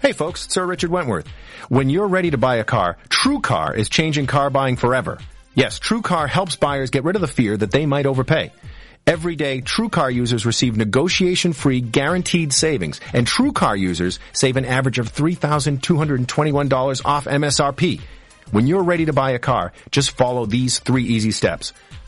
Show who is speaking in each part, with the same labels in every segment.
Speaker 1: Hey folks, it's Sir Richard Wentworth. When you're ready to buy a car, TrueCar is changing car buying forever. Yes, TrueCar helps buyers get rid of the fear that they might overpay. Every day, TrueCar users receive negotiation-free guaranteed savings, and TrueCar users save an average of $3,221 off MSRP. When you're ready to buy a car, just follow these three easy steps.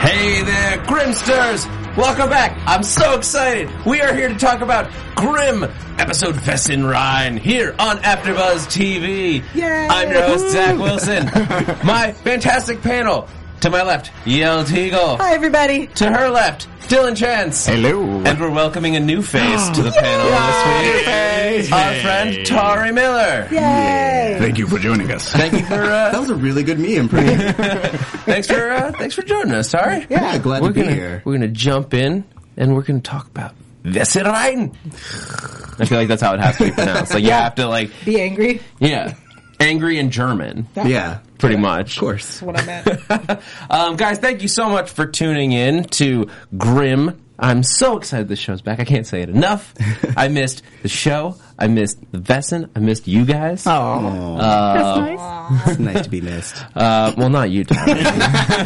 Speaker 2: Hey there, Grimsters! Welcome back. I'm so excited. We are here to talk about Grim episode Fessin Rhine here on AfterBuzz TV.
Speaker 3: Yay!
Speaker 2: I'm your host Zach Wilson. my fantastic panel to my left, Yale Teagle.
Speaker 3: Hi, everybody.
Speaker 2: To her left, Dylan Chance.
Speaker 4: Hello.
Speaker 2: And we're welcoming a new face to the panel this week. Our friend Tari Miller.
Speaker 3: Yay.
Speaker 4: Thank you for joining us.
Speaker 2: Thank you for uh,
Speaker 5: That was a really good me impression.
Speaker 2: thanks for uh, thanks for joining us, Tari.
Speaker 5: yeah, glad
Speaker 2: we're
Speaker 5: to be
Speaker 2: gonna,
Speaker 5: here.
Speaker 2: We're gonna jump in and we're gonna talk about Vesserein. I feel like that's how it has to be pronounced. Like you have to like
Speaker 3: Be angry.
Speaker 2: yeah, angry in German,
Speaker 5: Yeah, of
Speaker 2: pretty much.
Speaker 5: course.
Speaker 3: That's what I meant.
Speaker 2: Um, guys, thank you so much for tuning in to Grim. I'm so excited this show's back. I can't say it enough. I missed the show. I missed the Vessin. I missed you guys.
Speaker 5: Oh, it's nice to be missed.
Speaker 2: Uh, well, not you, Tom.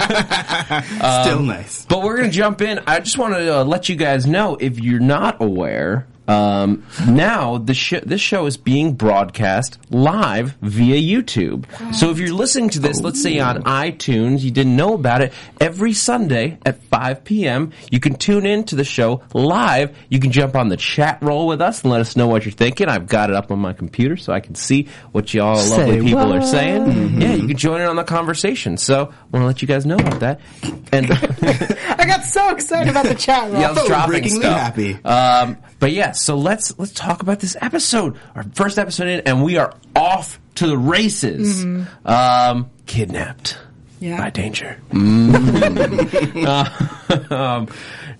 Speaker 6: Um,
Speaker 5: Still nice.
Speaker 2: But we're going to jump in. I just want to uh, let you guys know if you're not aware, um, now the sh- this show is being broadcast live via YouTube. So if you're listening to this, let's say on iTunes, you didn't know about it, every Sunday at 5 p.m., you can tune in to the show live. You can jump on the chat roll with us and let us know what you're thinking. I've got it up on my computer so I can see what y'all lovely people are saying. Yeah, you can join in on the conversation. So I want to let you guys know about that. And
Speaker 3: I got so excited about the chat room.
Speaker 2: Yeah, I was
Speaker 5: Oh,
Speaker 2: dropping
Speaker 5: breakingly
Speaker 2: stuff.
Speaker 5: happy.
Speaker 2: Um, but yeah, so let's let's talk about this episode. Our first episode in, and we are off to the races. Um, kidnapped
Speaker 3: Yeah.
Speaker 2: by danger. Uh, um,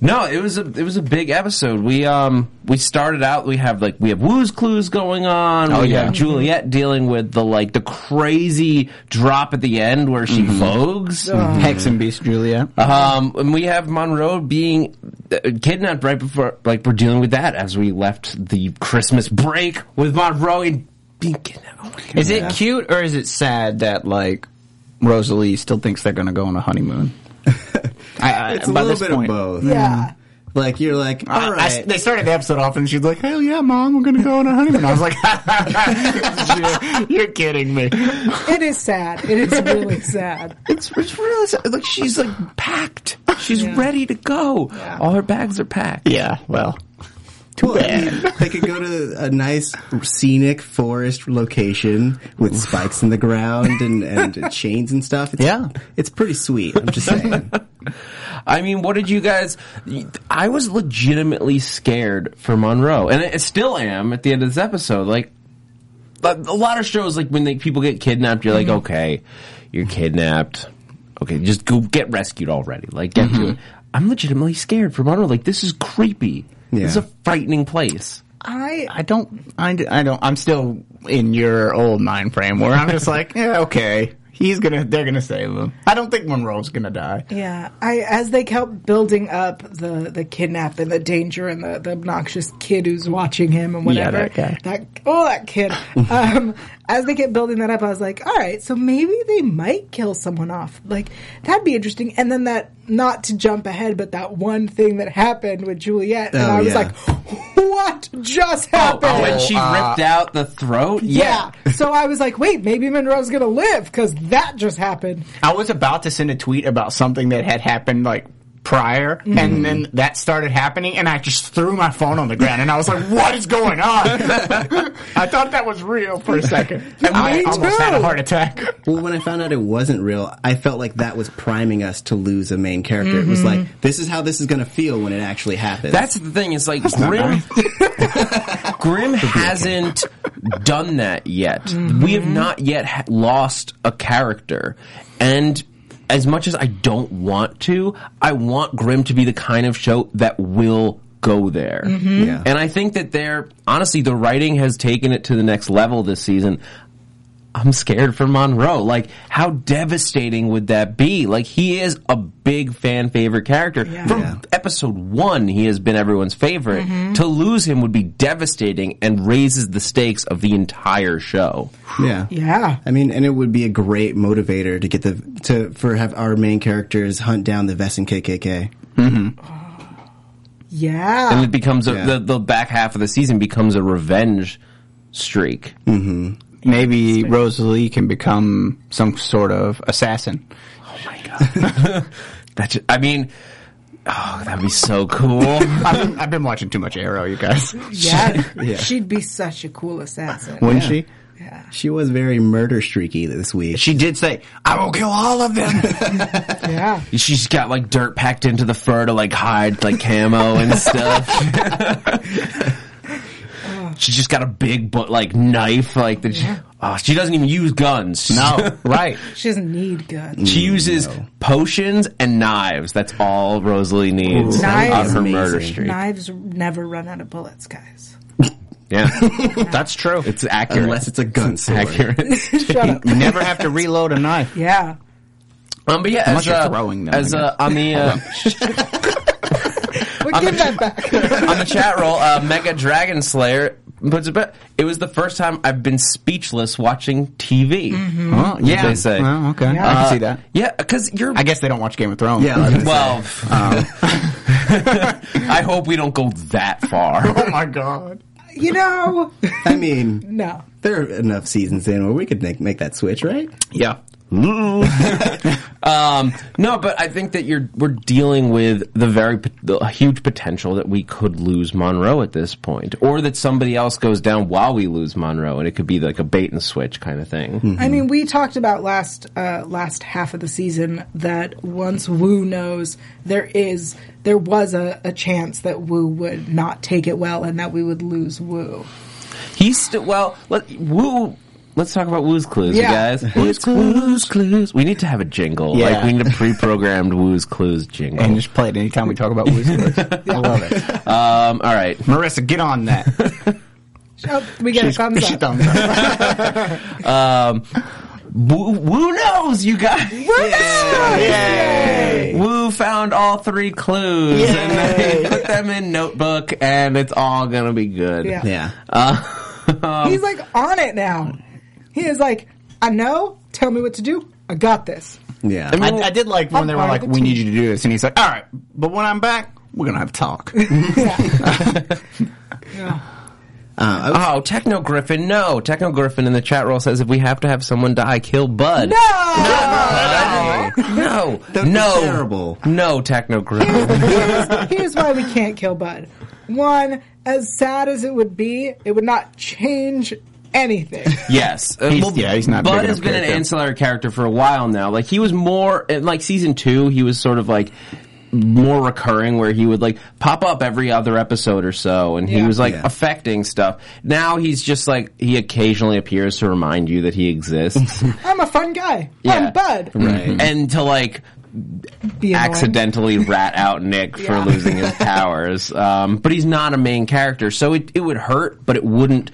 Speaker 2: no, it was a it was a big episode. We um we started out. We have like we have Woo's clues going on. we
Speaker 4: yeah.
Speaker 2: have Juliet dealing with the like the crazy drop at the end where she vogues.
Speaker 6: Hex and Beast Julia.
Speaker 2: Um, and we have Monroe being uh, kidnapped right before, like we're dealing with that as we left the Christmas break with Monroe and being kidnapped. Oh my God.
Speaker 6: Is it cute or is it sad that like Rosalie still thinks they're gonna go on a honeymoon? I, I,
Speaker 5: It's a
Speaker 6: by
Speaker 5: little
Speaker 6: this
Speaker 5: bit
Speaker 6: point,
Speaker 5: of both.
Speaker 3: Yeah.
Speaker 5: Like you're like,
Speaker 6: I- I-
Speaker 5: all right.
Speaker 6: they started the episode off and she's like, "Hell yeah, mom, we're gonna go on a honeymoon." I was like, you're, "You're kidding me."
Speaker 3: It is sad. It is really sad.
Speaker 2: It's, it's really like she's like packed. She's ready to go. All her bags are packed.
Speaker 6: Yeah, well,
Speaker 5: Well, I mean, they could go to a nice scenic forest location with spikes in the ground and, and chains and stuff. It's,
Speaker 6: Yeah.
Speaker 5: it's pretty sweet. I'm just saying.
Speaker 2: I mean, what did you guys? I was legitimately scared for Monroe, and I still am at the end of this episode. Like a a lot of shows, like when they, people get kidnapped, you're like, okay, you're kidnapped. Okay, just go get rescued already. Like get to it. I'm legitimately scared for Monroe. Like this is creepy.
Speaker 5: Yeah.
Speaker 2: It's a frightening place.
Speaker 3: I
Speaker 6: I don't, I, I don't, I'm still in your old mind frame where I'm just like, "Yeah, okay." He's gonna. They're gonna save him. I don't think Monroe's gonna die.
Speaker 3: Yeah, I as they kept building up the the kidnap and the danger and the, the obnoxious kid who's watching him and
Speaker 6: Yeah,
Speaker 3: whatever.
Speaker 6: that guy.
Speaker 3: That oh, that kid. um, as they kept building that up, I was like, all right, so maybe they might kill someone off. Like that'd be interesting. And then that not to jump ahead, but that one thing that happened with Juliet, and
Speaker 5: Oh,
Speaker 3: I was
Speaker 5: yeah.
Speaker 3: like, what just
Speaker 2: Oh,
Speaker 3: happened?
Speaker 2: oh, when she ripped out the throat?
Speaker 3: yeah. so I was like, wait, maybe Monroe's gonna live because that just happened.
Speaker 6: I was about to send a tweet about something that had happened like prior, and then that started happening, and I just threw my phone on the ground, and I was like, "What is going on?" I thought that was real for a second. I
Speaker 3: Me
Speaker 6: almost
Speaker 3: too.
Speaker 6: had a heart attack.
Speaker 5: Well, when I found out it wasn't real, I felt like that was priming us to lose a main character. It was like, this is how this is going to feel when it actually happens.
Speaker 2: That's the thing. Is like Grim. Grim hasn't done that yet. We have not yet ha- lost a character, and as much as I don't want to, I want Grim to be the kind of show that will go there.
Speaker 5: Yeah.
Speaker 2: And I think that they're honestly the writing has taken it to the next level this season. I'm scared for Monroe. Like, how devastating would that be? Like, he is a big fan favorite character. From
Speaker 5: Yeah. Mm-hmm.
Speaker 2: episode one, he has been everyone's favorite. To lose him would be devastating and raises the stakes of the entire show.
Speaker 5: yeah.
Speaker 3: Yeah.
Speaker 5: I mean, and it would be a great motivator to get the to for have our main characters hunt down the Vessin KKK.
Speaker 3: Yeah.
Speaker 2: And it becomes a,
Speaker 5: Yeah.
Speaker 2: the, the back half of the season becomes a revenge streak.
Speaker 5: Mm,
Speaker 6: Maybe Rosalie can become some sort of assassin.
Speaker 2: That's, I mean, oh, that'd be so cool.
Speaker 6: I've been, I've been watching too much Arrow, you guys.
Speaker 3: Yeah.
Speaker 5: Yeah.
Speaker 3: She'd be such a cool assassin.
Speaker 6: Wouldn't she?
Speaker 3: Yeah.
Speaker 5: She was very murder streaky this week.
Speaker 6: She did say, "I will kill all of them."
Speaker 3: Yeah.
Speaker 2: She's got like dirt packed into the fur to like hide like camo and stuff. she just got a big but like knife like that. She, oh, she doesn't even use guns.
Speaker 6: no, right?
Speaker 3: She doesn't need guns.
Speaker 2: She uses potions and knives. That's all Rosalie needs on
Speaker 3: Knives.
Speaker 2: her murder
Speaker 6: Mm.
Speaker 5: Amazing.
Speaker 2: streak.
Speaker 3: Knives never run out of bullets, guys.
Speaker 2: Yeah, that's true. It's accurate.
Speaker 5: Unless it's a gun sword.
Speaker 2: accurate.
Speaker 3: Shut up.
Speaker 6: You never have to reload a knife.
Speaker 3: Yeah.
Speaker 2: Um, but yeah,
Speaker 6: Unless
Speaker 2: as,
Speaker 6: you're
Speaker 2: uh,
Speaker 6: throwing them,
Speaker 2: as
Speaker 6: I
Speaker 2: uh, on the uh,
Speaker 3: But give that back.
Speaker 2: on the chat roll, uh, Mega Dragon Slayer puts it. back. It was the first time I've been speechless watching TV.
Speaker 6: Oh, yeah,
Speaker 2: they say.
Speaker 6: Well, okay,
Speaker 3: Yeah.
Speaker 6: I can
Speaker 3: Uh,
Speaker 6: see that.
Speaker 2: Yeah, because you're.
Speaker 6: I guess they don't watch Game of Thrones.
Speaker 5: Yeah, I was gonna
Speaker 2: well, I hope we don't go that far.
Speaker 6: oh my god.
Speaker 3: You know?
Speaker 5: I mean,
Speaker 3: No.
Speaker 5: there are enough seasons in where we could make, make that switch, right?
Speaker 6: Yeah.
Speaker 2: Mm. um, no, but I think that you're we're dealing with the very pot- the huge potential that we could lose Monroe at this point, or that somebody else goes down while we lose Monroe, and it could be like a bait and switch kind of thing.
Speaker 6: Mm.
Speaker 3: I mean, we talked about last uh, last half of the season that once Wu knows there is there was a, a chance that Wu would not take it well and that we would lose Wu.
Speaker 2: He's still well. Let Woo. Let's talk about Woo's Clues,
Speaker 3: Yeah.
Speaker 2: you guys. Woo's Clues. We need to have a jingle.
Speaker 6: Yeah.
Speaker 2: Like we need a pre-programmed Woo's Clues jingle.
Speaker 6: And just play it anytime we talk about Wizards. I love it.
Speaker 2: um, all right.
Speaker 6: Marissa, get on that.
Speaker 3: Oh, we get a thumbs
Speaker 6: she
Speaker 3: up.
Speaker 6: thumbs up.
Speaker 2: Woo, Woo Um, knows, you guys. Woo
Speaker 6: Yay!
Speaker 2: Woo found all three clues and they put them in notebook, and it's all gonna be good.
Speaker 3: Yeah.
Speaker 5: Yeah.
Speaker 2: Uh, Um,
Speaker 3: He's like on it now. He is like, I know. Tell me what to do. I got this.
Speaker 5: yeah.
Speaker 6: I, I did like when
Speaker 3: I'm
Speaker 6: they were
Speaker 3: part of
Speaker 6: like,
Speaker 3: the
Speaker 6: "We
Speaker 3: team."
Speaker 6: need you to do this," and he's like, "All right, but when I'm back, we're gonna have a talk."
Speaker 2: Oh, Techno Griffin, no. Techno Griffin in the chat roll says if we have to have someone die, kill Bud.
Speaker 3: No.
Speaker 2: No,
Speaker 5: be
Speaker 2: no,
Speaker 5: terrible.
Speaker 2: no, Techno Griffin.
Speaker 3: here's, here's why we can't kill Bud. One, as sad as it would be, it would not change anything.
Speaker 2: Yes, Uh,
Speaker 6: He's- yeah, he's not
Speaker 2: Bud
Speaker 6: big
Speaker 2: has
Speaker 6: enough
Speaker 2: been an
Speaker 6: character.
Speaker 2: ancillary character for a while now. Like he was more in like season two. He was sort of like more recurring, where he would like pop up every other episode or so, and he
Speaker 3: Yeah.
Speaker 2: was like
Speaker 5: Yeah.
Speaker 2: affecting stuff. Now he's just like he occasionally appears to remind you that he exists.
Speaker 3: I'm a fun guy.
Speaker 2: Yeah.
Speaker 3: I'm Bud.
Speaker 5: Right.
Speaker 2: and to like
Speaker 3: Be annoying.
Speaker 2: accidentally rat out Nick
Speaker 3: Yeah.
Speaker 2: for losing his powers. Um, but he's not a main character, so it, it would hurt, but it wouldn't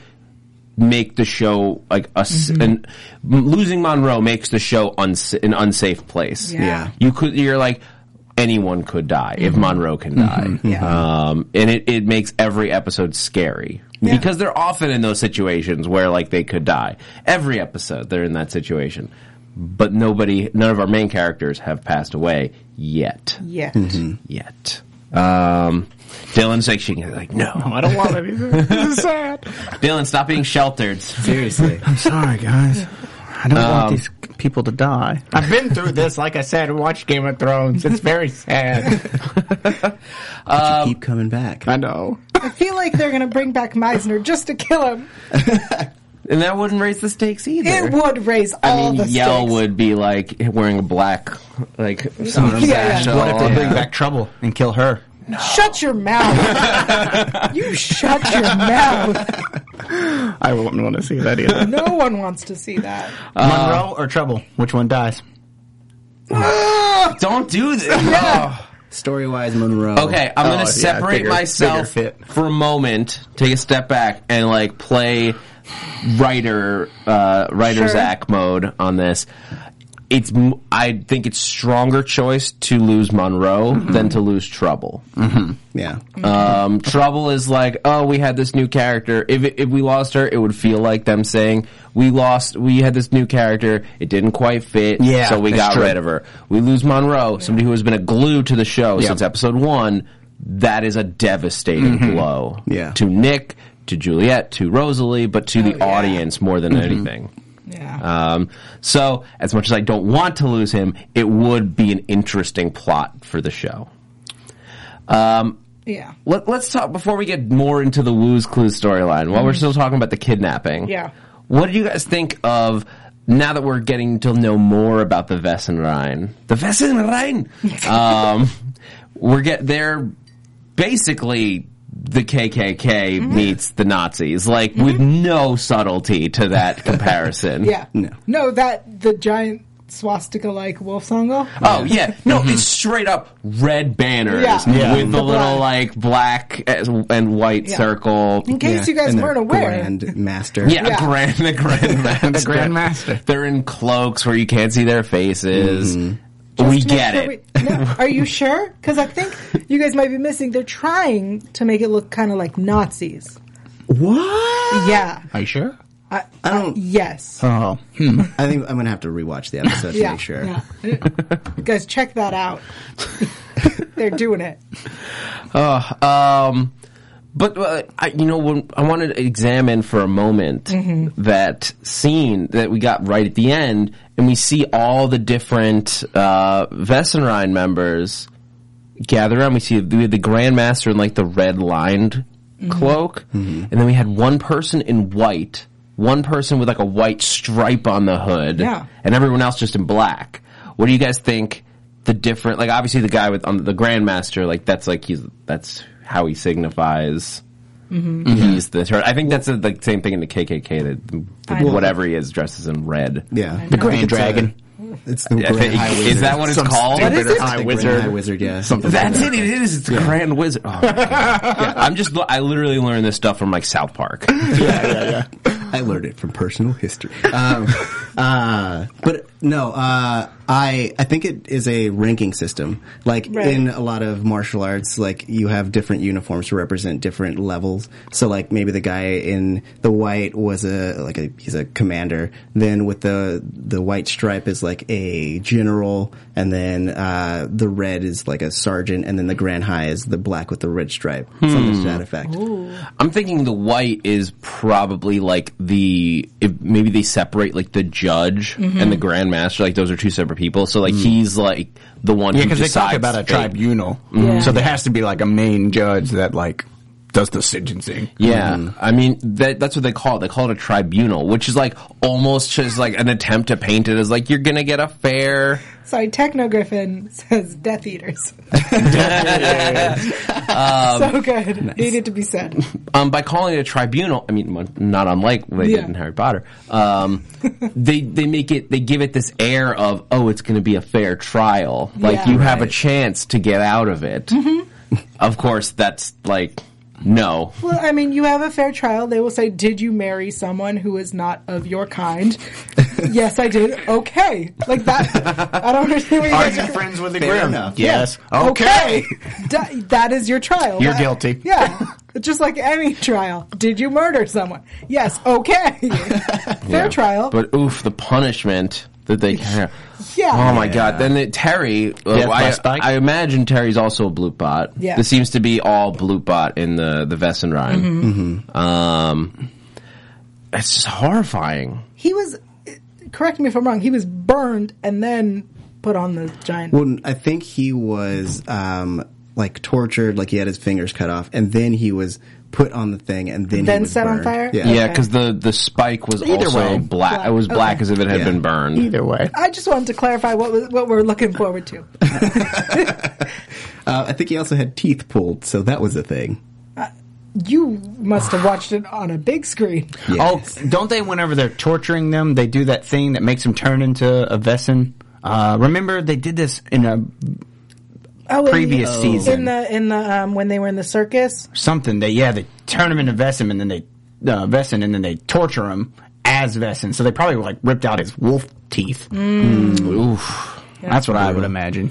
Speaker 2: make the show like us
Speaker 3: Mm-hmm.
Speaker 2: and losing Monroe makes the show uns- an unsafe place.
Speaker 3: Yeah. Yeah.
Speaker 2: You could you're like anyone could die if Monroe can die.
Speaker 3: Mm-hmm. Yeah.
Speaker 2: Um and it, it makes every episode scary. Because they're often in those situations where like they could die. Every episode they're in that situation. But nobody none of our main characters have passed away yet.
Speaker 3: Yet.
Speaker 2: Mm-hmm. Yet. Um Dylan's like shaking her head like no.
Speaker 6: I don't want anything. This is sad.
Speaker 2: Dylan, stop being sheltered.
Speaker 5: Seriously.
Speaker 6: I'm sorry, guys. I don't want these people to die. Um, I've been through this. Like I said, I watched Game of Thrones. It's very sad.
Speaker 2: um,
Speaker 5: keep coming back.
Speaker 6: I know.
Speaker 3: I feel like they're gonna bring back Meisner just to kill him.
Speaker 2: And that wouldn't raise the stakes either.
Speaker 3: It would raise all
Speaker 2: I mean,
Speaker 3: the
Speaker 2: Yell
Speaker 3: stakes.
Speaker 2: would be like wearing a black, like some
Speaker 3: yeah.
Speaker 2: sash.
Speaker 3: What
Speaker 2: on.
Speaker 6: back Trouble and kill her?
Speaker 3: Shut your mouth. you shut your mouth.
Speaker 6: I wouldn't want to see that either.
Speaker 3: No one wants to see that.
Speaker 6: Uh, Monroe or Trouble? Which one dies?
Speaker 2: Don't do this. Oh.
Speaker 5: Story wise, Monroe.
Speaker 2: Okay, I'm
Speaker 6: Oh, yeah,
Speaker 2: gonna separate
Speaker 6: bigger- bigger
Speaker 2: myself
Speaker 6: fit.
Speaker 2: for a moment, take a step back, and like play writer uh, writer's
Speaker 3: Sure.
Speaker 2: act mode on this. It's m- I think it's stronger choice to lose Monroe than to lose Trouble.
Speaker 5: Yeah.
Speaker 2: Um, Trouble is like, oh, we had this new character. If it, if we lost her, it would feel like them saying we lost. We had this new character. It didn't quite fit.
Speaker 6: Yeah,
Speaker 2: so we
Speaker 6: that's
Speaker 2: got
Speaker 6: true.
Speaker 2: rid of her. We lose Monroe, somebody who has been a glue to the show
Speaker 6: Yep.
Speaker 2: since episode one. That is a devastating
Speaker 6: Mm-hmm.
Speaker 2: blow.
Speaker 5: Yeah.
Speaker 2: to Nick, to Juliet, to Rosalie, but to the
Speaker 3: yeah.
Speaker 2: audience more than
Speaker 6: Mm-hmm.
Speaker 2: anything.
Speaker 3: Yeah.
Speaker 2: Um, so as much as I don't want to lose him, it would be an interesting plot for the show.
Speaker 3: yeah.
Speaker 2: Let, let's talk before we get more into the Woo's Clues storyline. While we're still talking about the kidnapping,
Speaker 3: Yeah.
Speaker 2: What do you guys think of now that we're getting to know more about the Vessenrein? The Vessenrein. um, we're get they're basically the KKK
Speaker 3: Mm-hmm.
Speaker 2: meets the Nazis, like with no subtlety to that comparison.
Speaker 3: Yeah.
Speaker 5: No.
Speaker 3: that the giant swastika like wolf songo.
Speaker 2: Oh yeah, no, it's straight up red banners
Speaker 3: Yeah. Yeah.
Speaker 2: with the,
Speaker 3: The
Speaker 2: little
Speaker 3: black.
Speaker 2: like black and white
Speaker 3: Yeah.
Speaker 2: circle.
Speaker 3: In case you guys
Speaker 5: and the
Speaker 3: weren't aware.
Speaker 5: Grand master.
Speaker 2: Yeah,
Speaker 3: Yeah.
Speaker 2: Grand, the Grandmaster.
Speaker 6: The Grandmaster.
Speaker 2: They're in cloaks where you can't see their faces. We
Speaker 3: Just to make
Speaker 2: get
Speaker 3: sure
Speaker 2: it.
Speaker 3: we- no, are you sure? Because I think you guys might be missing. They're trying to make it look kind of like Nazis.
Speaker 5: What?
Speaker 3: Yeah.
Speaker 6: Are you sure?
Speaker 5: I don't.
Speaker 3: Yes.
Speaker 6: Oh,
Speaker 5: I think I'm gonna have to rewatch the episode to
Speaker 3: yeah.
Speaker 5: make sure.
Speaker 3: yeah. You guys, check that out. They're doing it.
Speaker 2: Um, but uh, I, you know, when I wanted to examine for a moment
Speaker 3: Mm-hmm.
Speaker 2: that scene that we got right at the end, and we see all the different uh, Vessenrein members gather around. We see we had the Grandmaster in like the red lined
Speaker 3: Mm-hmm.
Speaker 2: cloak, and then we had one person in white, one person with like a white stripe on the hood,
Speaker 3: Yeah.
Speaker 2: and everyone else just in black. What do you guys think? The different, like obviously the guy with on the Grandmaster, like that's like he's that's how he signifies.
Speaker 3: Mm-hmm.
Speaker 2: He's the. I think that's the like, same thing in the KKK that
Speaker 3: know.
Speaker 2: whatever he is dresses in red.
Speaker 5: Yeah.
Speaker 6: the Grand Dragon.
Speaker 5: It's the
Speaker 2: I
Speaker 5: Grand
Speaker 2: think-
Speaker 5: High
Speaker 2: is
Speaker 5: Wizard.
Speaker 2: that what it's
Speaker 6: Some
Speaker 2: called?
Speaker 6: stupid
Speaker 3: What is it?
Speaker 6: Eye
Speaker 5: The Grand High
Speaker 6: Wizard.
Speaker 5: Wizard, yeah.
Speaker 2: That's it. It is. It's the Grand Wizard. Oh, my God. Yeah, I'm just. I literally learned this stuff from like South Park.
Speaker 5: I learned it from personal history. Um, uh, but no, uh, I I think it is a ranking system. Like
Speaker 3: Right.
Speaker 5: in a lot of martial arts, like you have different uniforms to represent different levels. So like maybe the guy in the white was a like a he's a commander. Then with the the white stripe is like a general, and then uh, the red is like a sergeant, and then the grand high is the black with the red stripe. Something to that effect.
Speaker 2: I'm thinking the white is probably like the if maybe they separate like the judge
Speaker 6: Mm-hmm.
Speaker 2: and the grandmaster. Like those are two separate people. So like he's like the one
Speaker 6: Mm. Yeah,
Speaker 2: who
Speaker 6: because they talk
Speaker 2: decides
Speaker 6: about a
Speaker 2: fate.
Speaker 6: tribunal,
Speaker 3: Yeah.
Speaker 6: so there has to be like a main judge that like does the sentencing.
Speaker 2: Yeah,
Speaker 6: Mm-hmm.
Speaker 2: I mean that, that's what they call it. They call it a tribunal, which is like almost just like an attempt to paint it as like you're gonna get a fair.
Speaker 3: Sorry, Techno Griffin says Death Eaters.
Speaker 5: Um,
Speaker 3: so good. Needed to be said.
Speaker 2: Um, by calling it a tribunal, I mean well, not unlike what they
Speaker 3: Yeah.
Speaker 2: did in Harry Potter. Um, they they make it they give it this air of oh it's gonna be a fair trial, like
Speaker 3: Yeah. Mm-hmm.
Speaker 2: you have a chance to get out of it. Of course, that's like No.
Speaker 3: Well, I mean, you have a fair trial. They will say, "Did you marry someone who is not of your kind?" yes, I did. Okay, like that. I don't understand what you
Speaker 6: Are
Speaker 3: guys
Speaker 6: you
Speaker 3: are.
Speaker 6: friends with the
Speaker 5: Fair
Speaker 6: Grim?
Speaker 5: enough.
Speaker 6: Yes.
Speaker 3: Okay, Da- that is your trial.
Speaker 6: You're
Speaker 3: That-
Speaker 6: guilty.
Speaker 3: Yeah, just like any trial. Did you murder someone? Yes. Okay. fair trial.
Speaker 2: But oof, the punishment that they can.
Speaker 3: Yeah.
Speaker 2: Oh my god. Then it, Terry, uh,
Speaker 4: Death by
Speaker 2: I,
Speaker 4: spike?
Speaker 2: I imagine Terry's also a bloop bot.
Speaker 3: Yeah.
Speaker 2: This seems to be all bloop bot in the the Vesenrhein.
Speaker 3: Mm-hmm.
Speaker 2: Um, it's just horrifying.
Speaker 3: he was. Correct me if I'm wrong. He was burned and then put on the giant.
Speaker 5: Well, I think he was um, like tortured, like he had his fingers cut off, and then he was put on the thing, and then he
Speaker 3: Then
Speaker 5: was
Speaker 3: set on fire?
Speaker 5: burned. Yeah,
Speaker 2: Yeah, because the the spike was
Speaker 6: Either
Speaker 2: also
Speaker 6: way.
Speaker 2: black. It was black
Speaker 3: Okay.
Speaker 2: as if it had
Speaker 5: Yeah.
Speaker 2: been burned.
Speaker 6: Either way.
Speaker 3: I just wanted to clarify what was, what we're looking forward to.
Speaker 5: Uh, I think he also had teeth pulled, so that was a thing.
Speaker 3: You must have watched it on a big screen.
Speaker 5: Yes.
Speaker 6: Oh, don't they? Whenever they're torturing them, they do that thing that makes them turn into a Vessin. Uh, remember, they did this in a
Speaker 3: Oh, in-
Speaker 6: Previous
Speaker 3: in
Speaker 6: season.
Speaker 3: the in the um, when they were in the circus.
Speaker 6: something. They yeah, they turn them into Vessin, and then they uh, Vessin, and then they torture him as Vessin. So they probably like ripped out his wolf teeth. Mm. Oof, that's what I would imagine.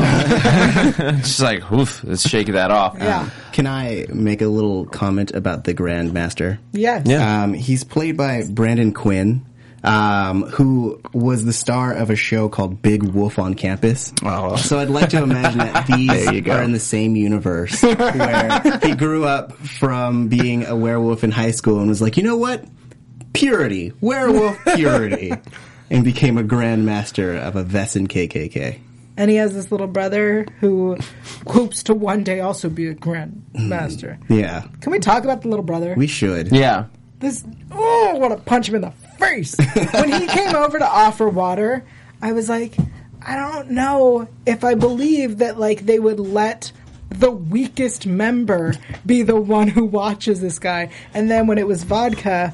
Speaker 2: It's just like oof. Let's shake that off.
Speaker 3: Yeah.
Speaker 5: Oh. Can I make a little comment about the Grandmaster?
Speaker 3: Yes.
Speaker 5: Um, he's played by Brandon Quinn, um, who was the star of a show called Big Wolf on Campus.
Speaker 6: Oh.
Speaker 5: So I'd like to imagine that
Speaker 6: you
Speaker 5: these
Speaker 6: go.
Speaker 5: are in the same universe where he grew up from being a werewolf in high school and was like, you know what? Purity. Werewolf purity. and became a grandmaster of a Vessin KKK.
Speaker 3: And he has this little brother who hopes to one day also be a grandmaster.
Speaker 5: Yeah.
Speaker 3: Can we talk about the little brother?
Speaker 5: We should.
Speaker 2: Yeah.
Speaker 3: this oh I want to punch him in the face when he came over to offer water I was like I don't know if I believe that like they would let the weakest member be the one who watches this guy and then when it was vodka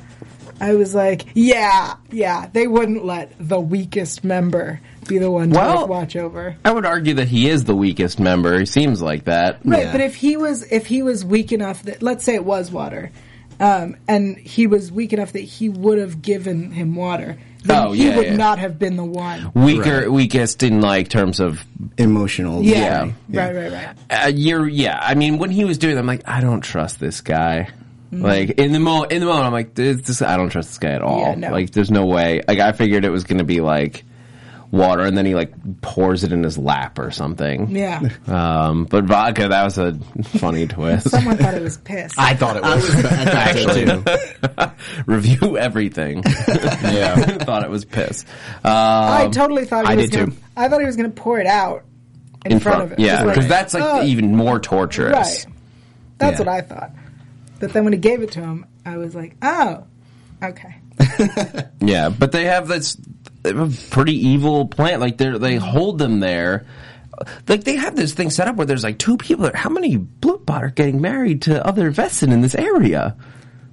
Speaker 3: I was like yeah yeah they wouldn't let the weakest member be the one to like,
Speaker 2: Well-
Speaker 3: watch over
Speaker 2: I would argue that he is the weakest member. He seems like that.
Speaker 3: Right, but if he was if he was weak enough that let's say it was water, um, and he was weak enough that he would have given him water, then
Speaker 2: Oh,
Speaker 3: he
Speaker 2: yeah,
Speaker 3: would
Speaker 2: yeah.
Speaker 3: not have been the one.
Speaker 2: Weaker, weakest in like terms of
Speaker 5: Emotional.
Speaker 3: Yeah. Right, right, right.
Speaker 2: uh, you're yeah. I mean, when he was doing, it, I'm like, I don't trust this guy.
Speaker 3: Mm-hmm.
Speaker 2: Like in the mo in the moment, I'm like, this, this I don't trust this guy at all.
Speaker 3: Yeah, no.
Speaker 2: Like, there's no way. Like, I figured it was gonna be like water, and then he like pours it in his lap or something.
Speaker 3: Yeah.
Speaker 2: Um, but vodka, that was a funny twist.
Speaker 3: Someone thought it was piss.
Speaker 6: I thought it was.
Speaker 5: Actually.
Speaker 2: Review everything. yeah, thought it was piss. Uh,
Speaker 3: I totally thought he
Speaker 6: I
Speaker 3: was
Speaker 6: did
Speaker 3: gonna,
Speaker 6: too.
Speaker 3: I thought he was going to pour it out in, front, of it.
Speaker 2: yeah,
Speaker 3: Just
Speaker 2: because that's like
Speaker 3: oh,
Speaker 2: even more torturous.
Speaker 3: right. That's
Speaker 5: Yeah.
Speaker 3: what I thought. But then when he gave it to him, I was like, oh, okay.
Speaker 2: Yeah, but they have this they have a pretty evil plant. Like they they hold them there. Like they have this thing set up where there's like two people. How many Bluebot are getting married to other Vessin in this area?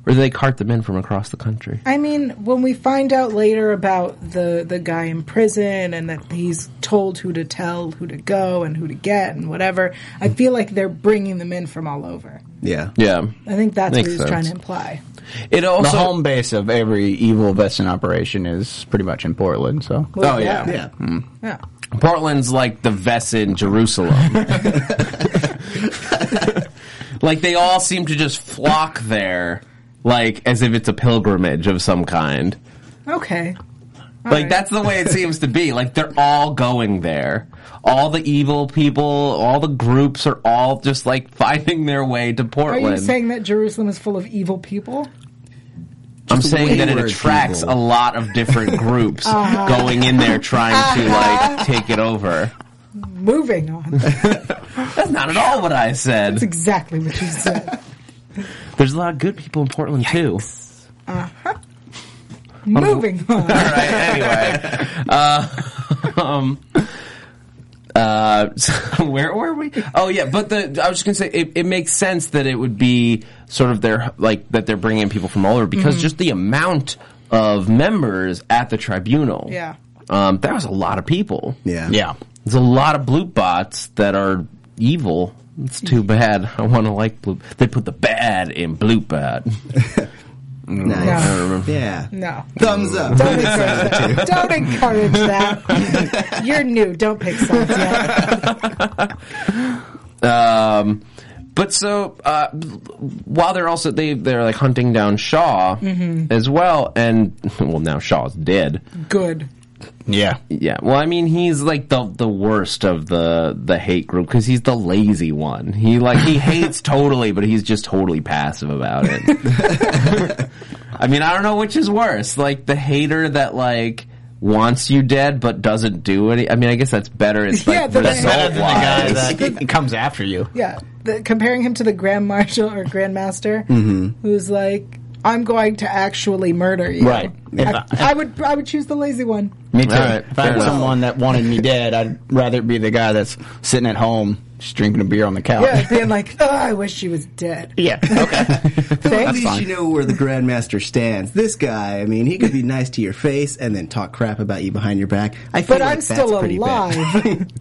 Speaker 2: Or do they cart them in from across the country?
Speaker 3: I mean, when we find out later about the the guy in prison and that he's told who to tell, who to go, and who to get, and whatever, I feel like they're bringing them in from all over.
Speaker 5: Yeah.
Speaker 2: Yeah,
Speaker 3: I think that's
Speaker 2: Makes
Speaker 3: what he's
Speaker 2: sense.
Speaker 3: trying to imply.
Speaker 2: it
Speaker 6: The
Speaker 2: also
Speaker 6: home base of every evil Vessin operation is pretty much in Portland. So
Speaker 2: Oh, yeah.
Speaker 5: Yeah.
Speaker 3: yeah.
Speaker 2: Portland's like the Vessin Jerusalem. like they all seem to just flock there, like as if it's a pilgrimage of some kind.
Speaker 3: Okay.
Speaker 2: Like
Speaker 3: right.
Speaker 2: that's the way it seems to be. Like they're all going there. All the evil people, all the groups are all just like finding their way to
Speaker 3: Are
Speaker 2: Portland.
Speaker 3: you saying that Jerusalem is full of evil people?
Speaker 2: I'm saying that it
Speaker 5: wayward
Speaker 2: attracts
Speaker 5: people.
Speaker 2: a lot of different groups
Speaker 3: Uh-huh.
Speaker 2: going in there trying to like take it over.
Speaker 3: Moving on. That's
Speaker 2: That's not at all what I said.
Speaker 3: exactly what you said.
Speaker 2: There's a lot of good people in Portland too.
Speaker 3: Moving on.
Speaker 2: All right. Anyway, uh, um, uh, so where were we? Oh yeah, but the I was just gonna say it, it makes sense that it would be sort of their like that they're bringing people from all over because just the amount of members at the tribunal.
Speaker 3: Yeah.
Speaker 2: um, that was a lot of people.
Speaker 5: Yeah.
Speaker 6: yeah,
Speaker 2: there's a lot of blue bots that are evil It's too bad. I want to like Bloop. They put the bad in Bloop Bad.
Speaker 5: Nice.
Speaker 3: No.
Speaker 5: Yeah.
Speaker 3: No.
Speaker 5: Thumbs up.
Speaker 3: Don't encourage that. Don't encourage that. You're new. Don't pick sides yet.
Speaker 2: Um, but so uh, while they're also they they're like hunting down Shaw
Speaker 3: Mm-hmm.
Speaker 2: as well, and well now Shaw's dead.
Speaker 3: Good.
Speaker 6: Yeah.
Speaker 2: Yeah, well I mean he's like the the worst of the the hate group because he's the lazy one. He like he hates totally, but he's just totally passive about it. I mean I don't know which is worse, like the hater that like wants you dead but doesn't do any. I mean I guess that's better. It's
Speaker 3: Yeah,
Speaker 2: like
Speaker 3: the- That's
Speaker 6: Better
Speaker 2: result
Speaker 6: than the guy
Speaker 2: wise.
Speaker 6: that comes after you.
Speaker 3: Yeah. The, comparing him to the Grand Marshal or Grand Master,
Speaker 6: Mm-hmm.
Speaker 3: who's like, I'm going to actually murder you.
Speaker 6: Right. If
Speaker 3: I,
Speaker 6: I-
Speaker 3: I would I would choose the lazy one.
Speaker 6: Me too.
Speaker 2: All right,
Speaker 6: if I
Speaker 2: fair
Speaker 6: had
Speaker 2: enough.
Speaker 6: someone that wanted me dead, I'd rather it be the guy that's sitting at home just drinking a beer on the couch.
Speaker 3: Yeah, being like, oh, I wish she was dead.
Speaker 6: Yeah.
Speaker 5: At
Speaker 3: Thanks.
Speaker 5: least you know where the Grandmaster stands. This guy, I mean, he could be nice to your face and then talk crap about you behind your back. I feel
Speaker 3: But
Speaker 5: like
Speaker 3: I'm
Speaker 5: that's
Speaker 3: still
Speaker 5: pretty
Speaker 3: alive.
Speaker 5: Bad.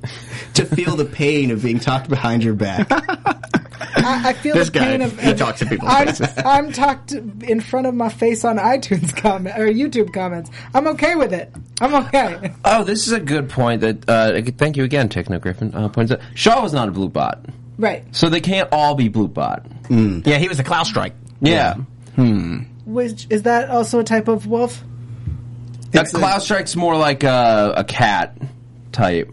Speaker 5: to feel the pain of being talked behind your back.
Speaker 3: I, I feel
Speaker 6: This
Speaker 3: the
Speaker 6: guy,
Speaker 3: pain of
Speaker 6: he talks to people.
Speaker 3: I'm, I'm talked in front of my face on iTunes comment or YouTube comments. I'm okay with it. I'm okay.
Speaker 2: Oh, this is a good point. That uh, thank you again, Techno Griffin. Uh, points out Shaw was not a blue bot,
Speaker 3: Right.
Speaker 2: so they can't all be blue bot.
Speaker 6: yeah, he was a clown strike.
Speaker 2: Yeah,
Speaker 3: Which is that also a type of wolf?
Speaker 2: that Cloud Strike's more like a, a cat type.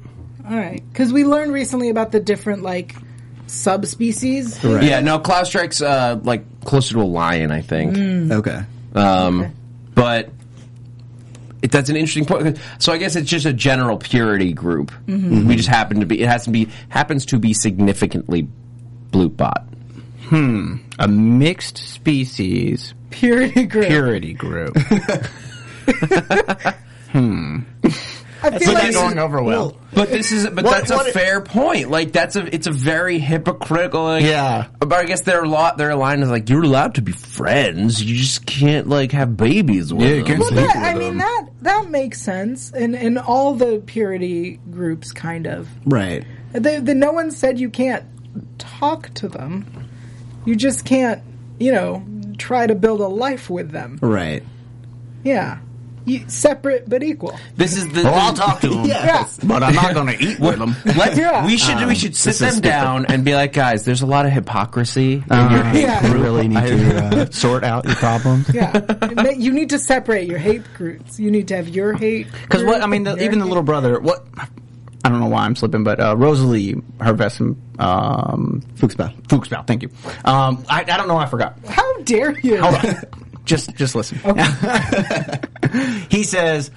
Speaker 3: All right, because we learned recently about the different like subspecies.
Speaker 2: Yeah, no, Cloud Strike's uh, like closer to a lion, I think.
Speaker 6: Mm.
Speaker 5: Okay.
Speaker 2: Um, But it, that's an interesting point. So I guess it's just a general purity group.
Speaker 6: Mm-hmm.
Speaker 2: We just happen to be. It has to be happens to be significantly blue bot.
Speaker 6: A mixed species
Speaker 3: Purity group.
Speaker 6: purity group.
Speaker 3: I feel
Speaker 6: But
Speaker 3: like
Speaker 6: that's going over well.
Speaker 2: But this is, but
Speaker 6: What-
Speaker 2: that's
Speaker 6: what
Speaker 2: a
Speaker 6: it-
Speaker 2: fair point. Like that's a, it's a very hypocritical. Like,
Speaker 6: Yeah.
Speaker 2: But I guess their lot, their line is like, you're allowed to be friends. You just can't like have babies with
Speaker 6: Yeah, you
Speaker 2: them.
Speaker 6: can't
Speaker 3: well, that, I mean that that makes sense in in all the purity groups, kind of.
Speaker 5: Right.
Speaker 3: The, the no one said you can't talk to them. You just can't, you know, try to build a life with them.
Speaker 5: Right.
Speaker 3: Yeah, you, separate but equal.
Speaker 2: This is the.
Speaker 6: Well, I'll talk to them,
Speaker 3: Yes.
Speaker 6: but I'm not going to eat with them.
Speaker 2: Let's,
Speaker 3: Yeah.
Speaker 2: We should we should sit
Speaker 6: Um, this is
Speaker 2: them
Speaker 6: stupid. Um,
Speaker 2: down and be like, guys, there's a lot of hypocrisy.
Speaker 3: Yeah.
Speaker 6: You really need to uh, sort out your problems.
Speaker 3: Yeah, But you need to separate your hate groups. You need to have your hate.
Speaker 6: Because what I mean, the, even the little brother. What I don't know why I'm slipping, but uh, Rosalie Hervesen, um,
Speaker 5: Fuchsbach.
Speaker 6: Fuchsbau. Thank you. Um, I, I don't know. I forgot.
Speaker 3: How dare you?
Speaker 6: Hold on. just just listen. he says,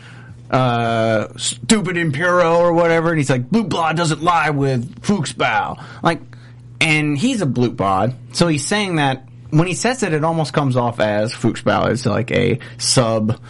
Speaker 6: uh, "Stupid Impero" or whatever, and he's like, "Blue Blood doesn't lie with Fuchsbau." Like, and he's a Blue Blood, so he's saying that when he says it, it almost comes off as Fuchsbau is like a sub,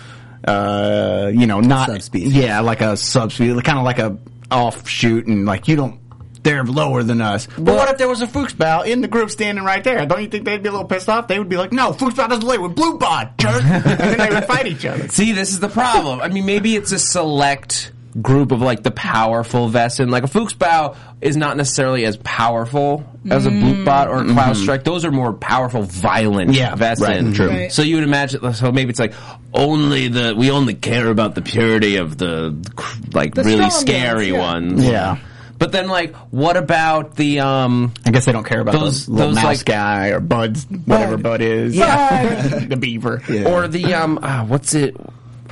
Speaker 6: uh, you know, not
Speaker 5: Subspecies.
Speaker 6: Yeah, like a subspecies, kind of like a offshoot, and like you don't. They're lower than us. But what if there was a Fuchsbau in the group standing right there? Don't you think they'd be a little pissed off? They would be like, "No, Fuchsbau doesn't play with Blue Blood, jerk," and then they would fight each other.
Speaker 2: See, this is the problem. I mean, maybe it's a select group of like the powerful Vessin. Like a Fuchsbau is not necessarily as powerful as
Speaker 3: Mm.
Speaker 2: a Blutbot or a Klaustrike. Those are more powerful, violent
Speaker 6: Mm-hmm. Yeah,
Speaker 2: Vessin.
Speaker 6: right, true.
Speaker 3: Right.
Speaker 2: So you would imagine. So maybe it's like only the we only care about the purity of the cr- like
Speaker 3: The
Speaker 2: really
Speaker 3: strong ones,
Speaker 2: scary
Speaker 3: yeah.
Speaker 2: ones.
Speaker 6: Yeah.
Speaker 2: But then, like, what about the um?
Speaker 6: I guess they don't care about
Speaker 2: Those-
Speaker 6: those, the little
Speaker 2: those,
Speaker 6: mouse
Speaker 2: like-
Speaker 6: guy or Bud's whatever
Speaker 3: Bud.
Speaker 6: Bud is,
Speaker 3: Yeah.
Speaker 6: the beaver.
Speaker 2: or the um uh, what's it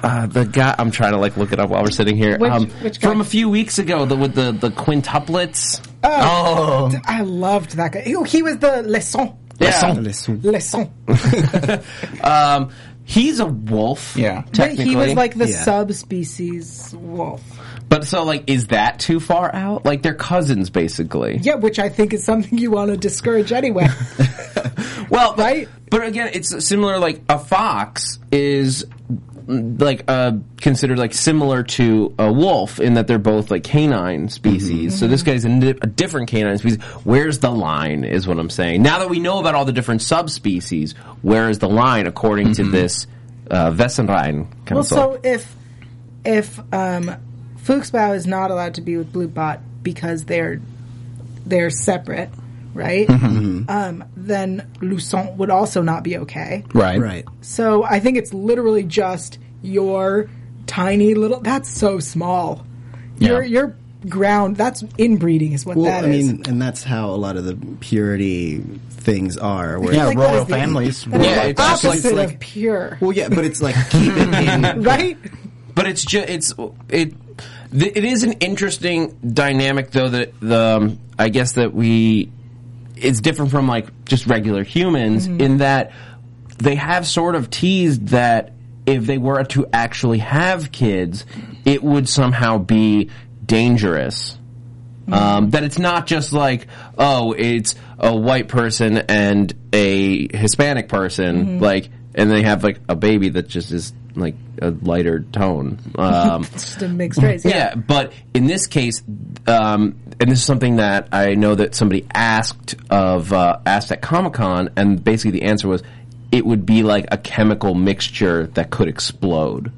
Speaker 2: uh, the guy I'm trying to like look it up while we're sitting here
Speaker 3: Which-
Speaker 2: um
Speaker 3: which guy?
Speaker 2: from a few weeks ago the, with the the quintuplets
Speaker 6: oh,
Speaker 3: uh, I loved that guy. He, he was the leçon.
Speaker 2: yeah
Speaker 3: Leçon.
Speaker 2: um he's a wolf
Speaker 6: Yeah.
Speaker 3: But
Speaker 2: technically
Speaker 3: he was like the
Speaker 5: Yeah.
Speaker 3: subspecies wolf.
Speaker 2: but so like is that too far out like they're cousins basically
Speaker 3: Yeah, which I think is something you want to discourage anyway.
Speaker 2: well but-
Speaker 3: Right?
Speaker 2: but, again it's similar like a fox is mm, like uh considered like similar to a wolf in that they're both like canine species
Speaker 3: Mm-hmm.
Speaker 2: so this guy's a, ni- a different canine species where's the line is what i'm saying now that we know about all the different subspecies where is the line according to this uh Wessenrein
Speaker 3: Mm-hmm. well,
Speaker 2: council
Speaker 3: so if if um, Fuchsbau is not allowed to be with Blue Bot because they're they're separate, right? Um, then Luçon would also not be okay.
Speaker 6: Right.
Speaker 5: Right.
Speaker 3: So I think it's literally just your tiny little. That's so small. Your
Speaker 6: Yeah.
Speaker 3: your ground. That's inbreeding, is what
Speaker 5: Well,
Speaker 3: that
Speaker 5: I
Speaker 3: is.
Speaker 5: mean, and that's how a lot of the purity things are. Where
Speaker 6: Yeah,
Speaker 3: Like, that
Speaker 6: royal
Speaker 3: is the-
Speaker 6: families.
Speaker 3: that is
Speaker 2: Yeah,
Speaker 3: the
Speaker 2: it's just
Speaker 3: opposite
Speaker 2: like-
Speaker 3: of
Speaker 5: like-
Speaker 3: pure,
Speaker 5: Well, yeah, but it's like keep it in.
Speaker 3: right?
Speaker 2: but it's just it's it th- it is an interesting dynamic though that the um, I guess that we it's different from like just regular humans in that they have sort of teased that if they were to actually have kids, it would somehow be dangerous. Um, that it's not just like, oh, it's a white person and a Hispanic person, like, and they have like a baby that just is like a lighter tone. Um,
Speaker 3: Just a mixed race.
Speaker 2: yeah. but in this case, um, and this is something that I know that somebody asked of uh, asked at Comic Con, and basically the answer was it would be like a chemical mixture that could explode.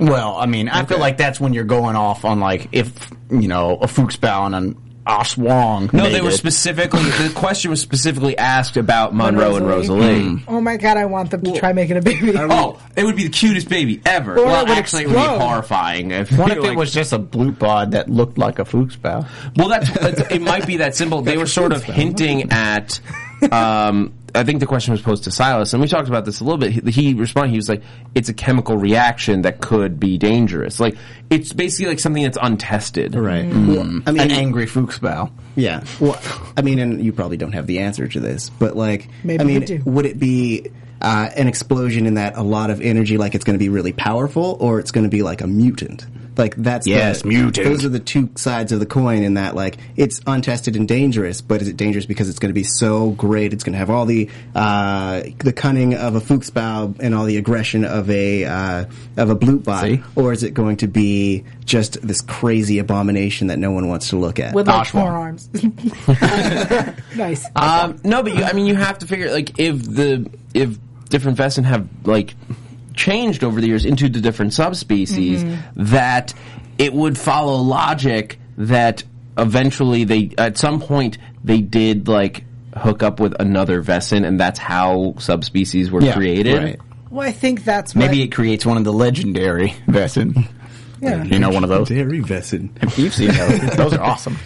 Speaker 6: Well, I mean, I feel like that's when you're going off on like if you know a Fuchsbau and an Oswong.
Speaker 2: No,
Speaker 6: made
Speaker 2: they were
Speaker 6: it.
Speaker 2: specifically the question was specifically asked about Monroe and
Speaker 3: Rosalie.
Speaker 2: Rosalie.
Speaker 5: Hmm.
Speaker 3: Oh my god, I want them to try making a baby.
Speaker 2: Oh, it would be the cutest baby ever.
Speaker 3: Or
Speaker 2: well,
Speaker 3: it would
Speaker 2: actually, it would
Speaker 3: explode.
Speaker 2: be horrifying. If,
Speaker 6: What if
Speaker 2: like-
Speaker 6: it was just a blue pod that looked like a Fuchsbau?
Speaker 2: Well, that's it's- it. Might be that simple. They were sort of hinting at. Um, I think the question was posed to Silas, and we talked about this a little bit. He, he responded. He was like, "It's a chemical reaction that could be dangerous. Like it's basically like something that's untested."
Speaker 5: Right. Well, I mean,
Speaker 6: An angry Fuchsbau.
Speaker 5: Yeah. Well, I mean, and you probably don't have the answer to this, but like,
Speaker 3: Maybe
Speaker 5: I
Speaker 3: we
Speaker 5: mean,
Speaker 3: do.
Speaker 5: would it be uh, an explosion in that a lot of energy, like it's going to be really powerful, or it's going to be like a mutant? Like that's
Speaker 6: Yes,
Speaker 5: the,
Speaker 6: mutant.
Speaker 5: Those are the two sides of the coin. In that, like, it's untested and dangerous, but is it dangerous because it's going to be so great? It's going to have all the uh, the cunning of a Fuchsbau and all the aggression of a uh, of a Blutbot,
Speaker 6: See?
Speaker 5: or is it going to be just this crazy abomination that no one wants to look at?
Speaker 3: With like
Speaker 6: Oswald.
Speaker 3: forearms. nice.
Speaker 2: Um, no, but you, I mean, you have to figure like if the if different Vesson have like changed over the years into the different subspecies, that it would follow logic that eventually they at some point they did like hook up with another Vesson, and that's how subspecies were
Speaker 6: Yeah,
Speaker 2: created.
Speaker 5: right.
Speaker 3: well, I think that's
Speaker 6: Maybe
Speaker 3: what,
Speaker 6: it creates one of the legendary Vessin.
Speaker 3: Yeah.
Speaker 6: You know, one of those.
Speaker 5: Dairy Vessin.
Speaker 6: You've seen those. Those are awesome.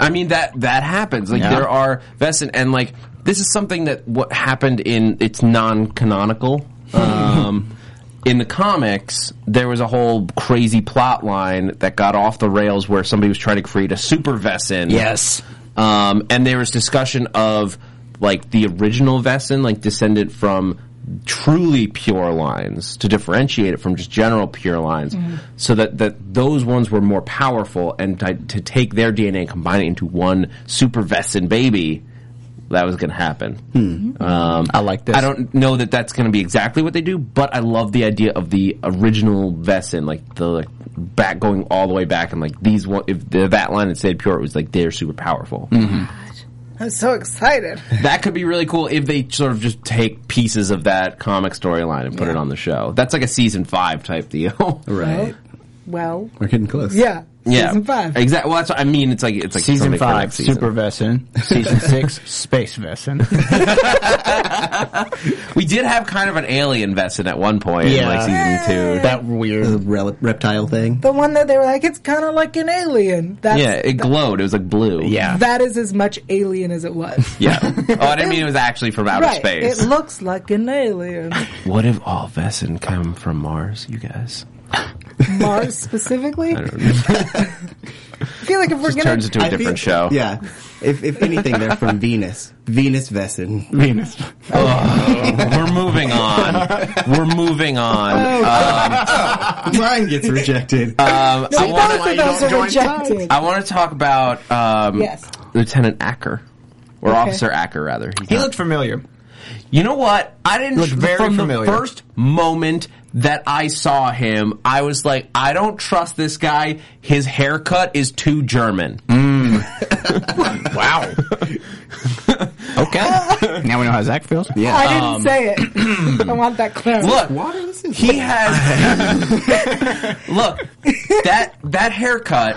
Speaker 2: I mean that that happens. Like
Speaker 6: Yeah.
Speaker 2: there are Vesson, and like this is something that what happened in it's non-canonical. Um, in the comics, there was a whole crazy plot line that got off the rails where somebody was trying to create a super Vesson.
Speaker 6: Yes.
Speaker 2: Um, and there was discussion of like the original Vesson, like descended from truly pure lines to differentiate it from just general pure lines so that, that those ones were more powerful and to, to take their DNA and combine it into one super Vesson baby. That was going to happen. Um,
Speaker 6: I like this.
Speaker 2: I don't know that that's going to be exactly what they do, but I love the idea of the original Vessin, like the like, back going all the way back, and like these one if they're that line that said pure, it was like they're super powerful.
Speaker 3: I'm so excited.
Speaker 2: That could be really cool if they sort of just take pieces of that comic storyline and put it on the show. That's like a season five type deal,
Speaker 5: Right.
Speaker 3: Well,
Speaker 5: We're getting close.
Speaker 3: yeah.
Speaker 2: yeah,
Speaker 3: Season five.
Speaker 2: Exactly. Well, that's what I mean. It's like it's like
Speaker 6: Season
Speaker 2: something for
Speaker 6: five,
Speaker 2: next season.
Speaker 6: Super Vessin. Season six, Space Vessin.
Speaker 2: We did have kind of an alien Vessin at one point in
Speaker 6: Yeah.
Speaker 2: like season two.
Speaker 6: that weird.
Speaker 5: The rel- reptile thing.
Speaker 3: The one that they were like, it's kind of like an alien. That's,
Speaker 2: yeah, it glowed. It was like blue.
Speaker 6: Yeah.
Speaker 3: That is as much alien as it was.
Speaker 2: Yeah. Oh, I didn't mean it was actually from outer
Speaker 3: right.
Speaker 2: space.
Speaker 3: It looks like an alien.
Speaker 2: what if all Vessin come from Mars, you guys?
Speaker 3: Mars specifically. I, feel like if we're gonna
Speaker 2: Turns into a
Speaker 5: I
Speaker 2: different
Speaker 5: think-
Speaker 2: show.
Speaker 5: Yeah. If, if anything, they're from Venus. Venus Vessin.
Speaker 6: Venus.
Speaker 2: We're moving on. We're moving on.
Speaker 5: Mine gets rejected.
Speaker 2: Um, Uh, I
Speaker 3: both
Speaker 2: wanna-
Speaker 3: of those are rejected.
Speaker 2: I want to talk about um,
Speaker 3: Yes.
Speaker 2: Lieutenant Acker. Or
Speaker 3: Okay.
Speaker 2: Officer Acker, rather. He's
Speaker 6: He
Speaker 2: not-
Speaker 6: looked familiar.
Speaker 2: you know what? I didn't.
Speaker 6: Looked very
Speaker 2: from
Speaker 6: familiar.
Speaker 2: the first moment that I saw him, I was like, I don't trust this guy. His haircut is too German.
Speaker 6: Mm. Wow. okay. Now we know how Zach feels. Yeah.
Speaker 3: I didn't say it. I want that clear.
Speaker 2: um, Look, he has. look, that that haircut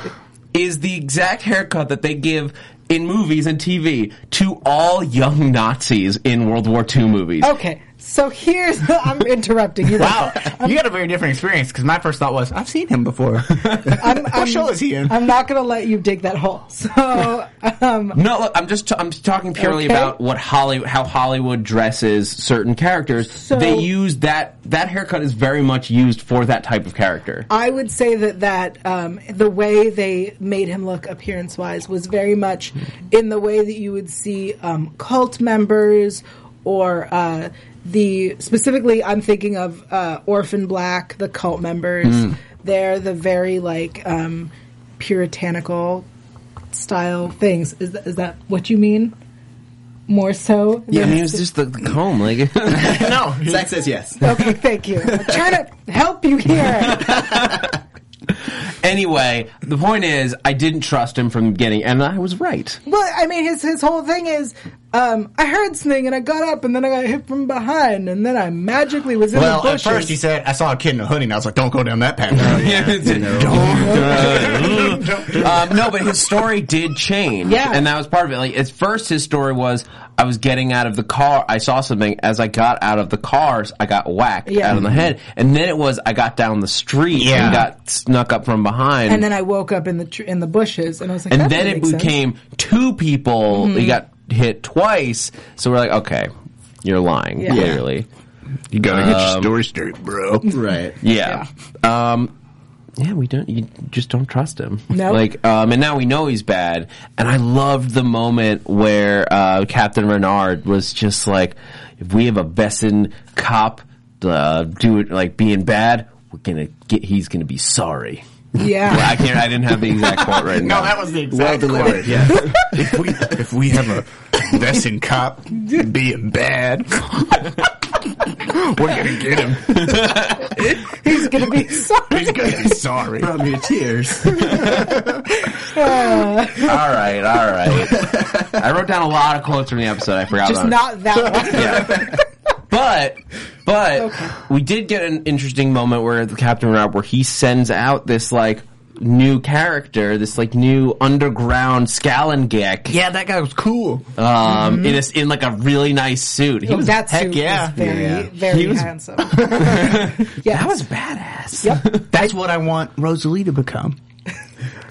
Speaker 2: is the exact haircut that they give in movies and TV to all young Nazis in World War II movies.
Speaker 3: Okay, so here's I'm interrupting you.
Speaker 6: Wow, you got a very different experience because my first thought was, I've seen him before.
Speaker 3: I'm, I'm,
Speaker 6: show is he in?
Speaker 3: I'm not going to let you dig that hole. So um,
Speaker 2: No, look, I'm just t- I'm talking purely
Speaker 3: Okay.
Speaker 2: about what Hollywood, how Hollywood dresses certain characters.
Speaker 3: So-
Speaker 2: they use that that haircut is very much used for that type of character.
Speaker 3: I would say that that um, the way they made him look appearance wise was very much in the way that you would see um, cult members or. Uh, the specifically, I'm thinking of uh, Orphan Black, the cult members. They're the very like um, puritanical style things. Is, th- is that what you mean? More so,
Speaker 2: I
Speaker 3: than-
Speaker 2: mean, it was just the, the comb. Like,
Speaker 6: no,
Speaker 5: Zach says yes.
Speaker 3: Okay, thank you. I'm trying to help you here.
Speaker 2: anyway, the point is, I didn't trust him from the beginning, and I was right.
Speaker 3: Well, I mean, his his whole thing is, um, I heard something and I got up and then I got hit from behind and then I magically was in
Speaker 6: Well,
Speaker 3: the
Speaker 6: at
Speaker 3: bushes.
Speaker 6: first he said, "I saw a kid in a hoodie," and I was like, "Don't go down that path."
Speaker 2: um, no, but his story did change,
Speaker 3: Yeah.
Speaker 2: and that was part of it. Like at first, his story was I was getting out of the car, I saw something. As I got out of the cars, I got whacked
Speaker 3: Yeah.
Speaker 2: out on the head, and then it was I got down the street
Speaker 6: Yeah.
Speaker 2: and got snuck up from behind,
Speaker 3: and then I woke up in the tr- in the bushes and I was like,
Speaker 2: And
Speaker 3: that
Speaker 2: then
Speaker 3: doesn't
Speaker 2: it
Speaker 3: make sense. Mm-hmm.
Speaker 2: became two people. He got hit twice, so we're like, okay, you're lying
Speaker 3: Yeah.
Speaker 2: clearly.
Speaker 6: You gotta get your story straight, bro.
Speaker 5: Right.
Speaker 2: Yeah. Um, yeah, we don't. You just don't trust him.
Speaker 3: No.
Speaker 2: Like, um, and now we know he's bad. And I loved the moment where uh, Captain Renard was just like, "If we have a Besson cop uh, do it like being bad, we're gonna get. He's gonna be sorry."
Speaker 3: yeah.
Speaker 2: I can't. I didn't have the exact quote right now.
Speaker 6: No, that was the
Speaker 5: Well
Speaker 6: exact
Speaker 5: delivered.
Speaker 6: quote.
Speaker 5: Yeah.
Speaker 6: if we if we have a vesting cop being bad, we're gonna get him.
Speaker 3: He's gonna be sorry.
Speaker 6: He's gonna be sorry.
Speaker 5: Brought me to tears.
Speaker 2: All right, all right. I wrote down a lot of quotes from the episode. I forgot
Speaker 3: Just
Speaker 2: about. it.
Speaker 3: not that one.
Speaker 2: But but we did get an interesting moment where the Captain Rob where he sends out this like new character, this like new underground Scallengek.
Speaker 6: Yeah, that guy was cool.
Speaker 3: Mm-hmm.
Speaker 2: Um in a s in like a really nice suit. He was
Speaker 3: that
Speaker 2: heck
Speaker 3: suit
Speaker 6: yeah.
Speaker 3: was very
Speaker 5: Yeah.
Speaker 3: very
Speaker 2: He was-
Speaker 3: handsome. yeah,
Speaker 2: that was badass.
Speaker 6: That's what I want Rosalie to become.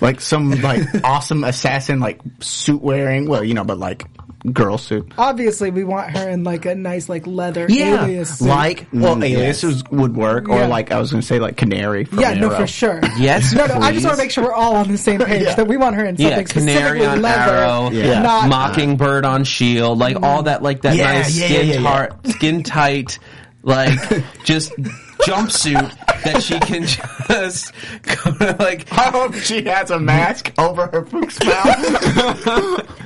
Speaker 6: Like some like awesome assassin, like suit wearing. Well, you know, but like girl suit.
Speaker 3: obviously we want her in like a nice like leather alias. suit.
Speaker 6: like well,
Speaker 5: Mm, yes.
Speaker 6: alias was, would work, or
Speaker 3: Yeah.
Speaker 6: like I was gonna say, like canary. From
Speaker 3: yeah, no,
Speaker 6: Arrow.
Speaker 3: for sure.
Speaker 2: Yes,
Speaker 3: No, no. I
Speaker 2: please.
Speaker 3: just want to make sure we're all on the same page
Speaker 6: Yeah.
Speaker 3: that we want her in something
Speaker 2: Yeah,
Speaker 3: specifically
Speaker 2: canary on
Speaker 3: leather, Mm-hmm.
Speaker 2: arrow,
Speaker 6: Yeah.
Speaker 3: not
Speaker 2: mockingbird on shield, like all that, like that
Speaker 6: Yeah,
Speaker 2: nice
Speaker 6: yeah, yeah,
Speaker 2: skin,
Speaker 6: yeah, yeah.
Speaker 2: tar- skin tight, like just jumpsuit that she can just go to, like
Speaker 6: I hope she has a mask over her fook's mouth.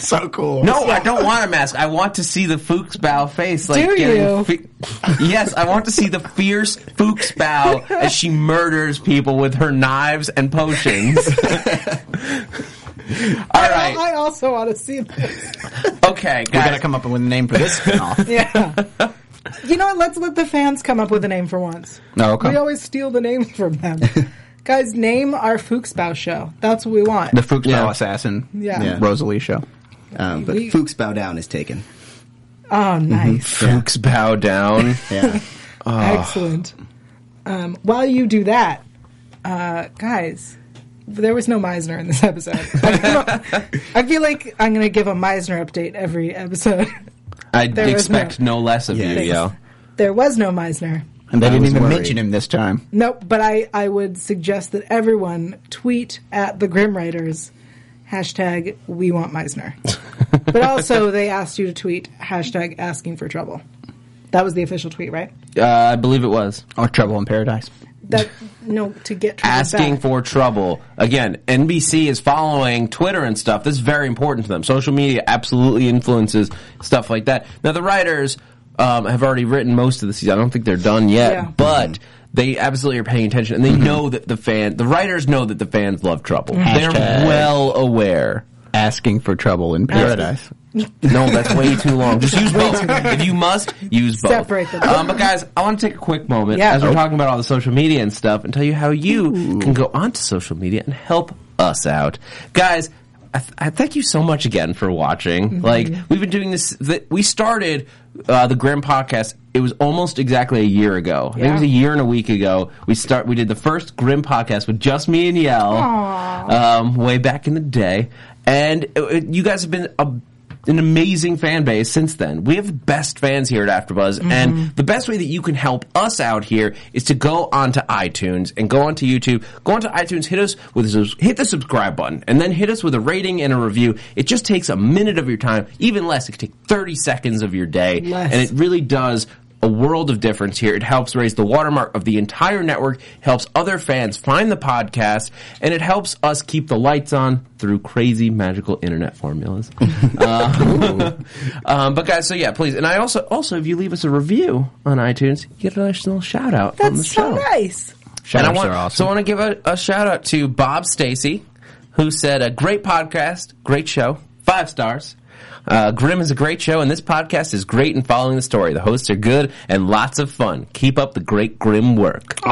Speaker 6: so cool.
Speaker 2: No, I don't want a mask. I want to see the Fuchsbow face. Like
Speaker 3: Do
Speaker 2: getting
Speaker 3: you?
Speaker 2: fe- yes, I want to see the fierce Fuchsbow as she murders people with her knives and potions. All right.
Speaker 3: I also want to see this.
Speaker 2: Okay,
Speaker 6: we
Speaker 2: guys.
Speaker 6: gotta come up with a name for this spinoff.
Speaker 3: Yeah. you know what? Let's let the fans come up with a name for once.
Speaker 6: No, okay.
Speaker 3: We always steal the name from them. Guys, name our Fuchsbau show. That's what we want.
Speaker 6: The Fuchsbow
Speaker 5: Yeah.
Speaker 6: Assassin.
Speaker 3: Yeah. Yeah.
Speaker 6: Rosalie show.
Speaker 5: Um, but
Speaker 3: We-
Speaker 5: Fuchs bow down is taken.
Speaker 3: oh, nice.
Speaker 2: Fuchsbow down.
Speaker 5: Yeah.
Speaker 3: Excellent. Um, while you do that, uh, guys, there was no Meisner in this episode. I feel, I feel like I'm going to give a Meisner update every episode.
Speaker 2: I
Speaker 3: There was
Speaker 2: expect no. less of
Speaker 5: Yeah.
Speaker 2: you,
Speaker 5: Thanks.
Speaker 2: yo.
Speaker 3: there was no Meisner.
Speaker 6: And they didn't
Speaker 5: was
Speaker 6: even
Speaker 5: worried.
Speaker 6: mention him this time.
Speaker 3: Nope, but I, I would suggest that everyone tweet at the Grim Writers hashtag we want Meisner. but also they asked you to tweet hashtag asking for trouble. That was the official tweet, right?
Speaker 2: Uh, I believe it was
Speaker 6: Or Trouble in Paradise.
Speaker 3: That no to get trouble
Speaker 2: asking
Speaker 3: back.
Speaker 2: for trouble. Again, NBC is following Twitter and stuff. This is very important to them. Social media absolutely influences stuff like that. Now, the writers um, have already written most of the season. I don't think they're done yet,
Speaker 3: Yeah.
Speaker 2: but they absolutely are paying attention, and they
Speaker 6: Mm-hmm.
Speaker 2: know that the fan, the writers know that the fans love trouble. They're
Speaker 6: Hashtag.
Speaker 2: well aware.
Speaker 6: uh, Asking for Trouble in Paradise.
Speaker 2: No, that's way too long. Just use both. If you must, use both.
Speaker 3: Separate them.
Speaker 2: Um, but guys, I want to take a quick moment
Speaker 3: Yeah.
Speaker 2: as we're talking about all the social media and stuff and tell you how you can go onto social media and help us out. Guys, I, th- I thank you so much again for watching. Like we've been doing this. Th- we started uh, the Grim Podcast. It was almost exactly a year ago. I think it was a year and a week ago. We start. We did the first Grim Podcast with just me and Yell. Um, way back in the day, and uh, uh, you guys have been a an amazing fan base since then. We have the best fans here at AfterBuzz, and the best way that you can help us out here is to go onto iTunes and go onto YouTube, go onto iTunes, hit us with a subs- hit the subscribe button, and then hit us with a rating and a review. It just takes a minute of your time, even less. It could take thirty seconds of your day,
Speaker 3: Less.
Speaker 2: and it really does a world of difference here. It helps raise the watermark of the entire network, helps other fans find the podcast, and it helps us keep the lights on through crazy magical internet formulas. Uh, um, but guys, so yeah, please. And I also, also, if you leave us a review on iTunes, you get a nice little shout out on the
Speaker 3: That's
Speaker 2: show.
Speaker 3: so nice.
Speaker 2: And I
Speaker 4: Shout-outs
Speaker 2: want,
Speaker 4: are awesome.
Speaker 2: so I want to give a, a shout out to Bob Stacy, who said a great podcast, great show, five stars. Uh, Grimm is a great show, and this podcast is great in following the story. The hosts are good and lots of fun. Keep up the great Grim work.
Speaker 6: Oh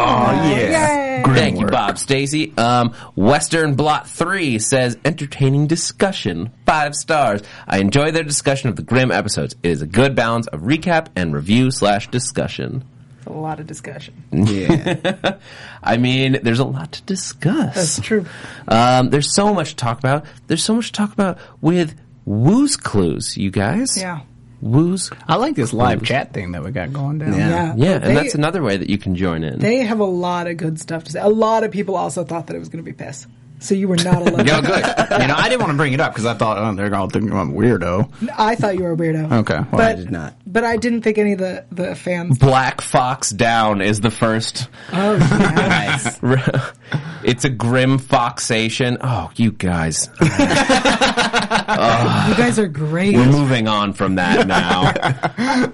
Speaker 6: yeah.
Speaker 3: Yay.
Speaker 2: Thank you, Bob Stacy. Um, Western Blot 3 says, entertaining discussion. Five stars. I enjoy their discussion of the Grimm episodes. It is a good balance of recap and review slash discussion.
Speaker 3: A lot of discussion.
Speaker 5: Yeah.
Speaker 2: I mean, there's a lot to discuss.
Speaker 3: That's true.
Speaker 2: Um, there's so much to talk about. There's so much to talk about with Woo's Clues, you guys.
Speaker 3: Yeah.
Speaker 2: Woo's.
Speaker 6: I like this live chat thing that we got going down.
Speaker 3: Yeah.
Speaker 2: Yeah,
Speaker 3: They-
Speaker 2: and that's another way that you can join in.
Speaker 3: They have a lot of good stuff to say. A lot of people also thought that it was going to be piss. So you were not alone.
Speaker 6: Oh, good. you know, I didn't want to bring it up because I thought, oh, they're going to think I'm a weirdo.
Speaker 3: I thought you were a weirdo.
Speaker 6: Okay, well,
Speaker 3: but,
Speaker 6: I
Speaker 5: did not.
Speaker 3: But I didn't think any of the, the fans.
Speaker 2: Black Fox Down is the first.
Speaker 3: Oh, nice.
Speaker 2: it's a grim foxation. Oh, you guys.
Speaker 3: you guys are great.
Speaker 2: We're moving on from that now.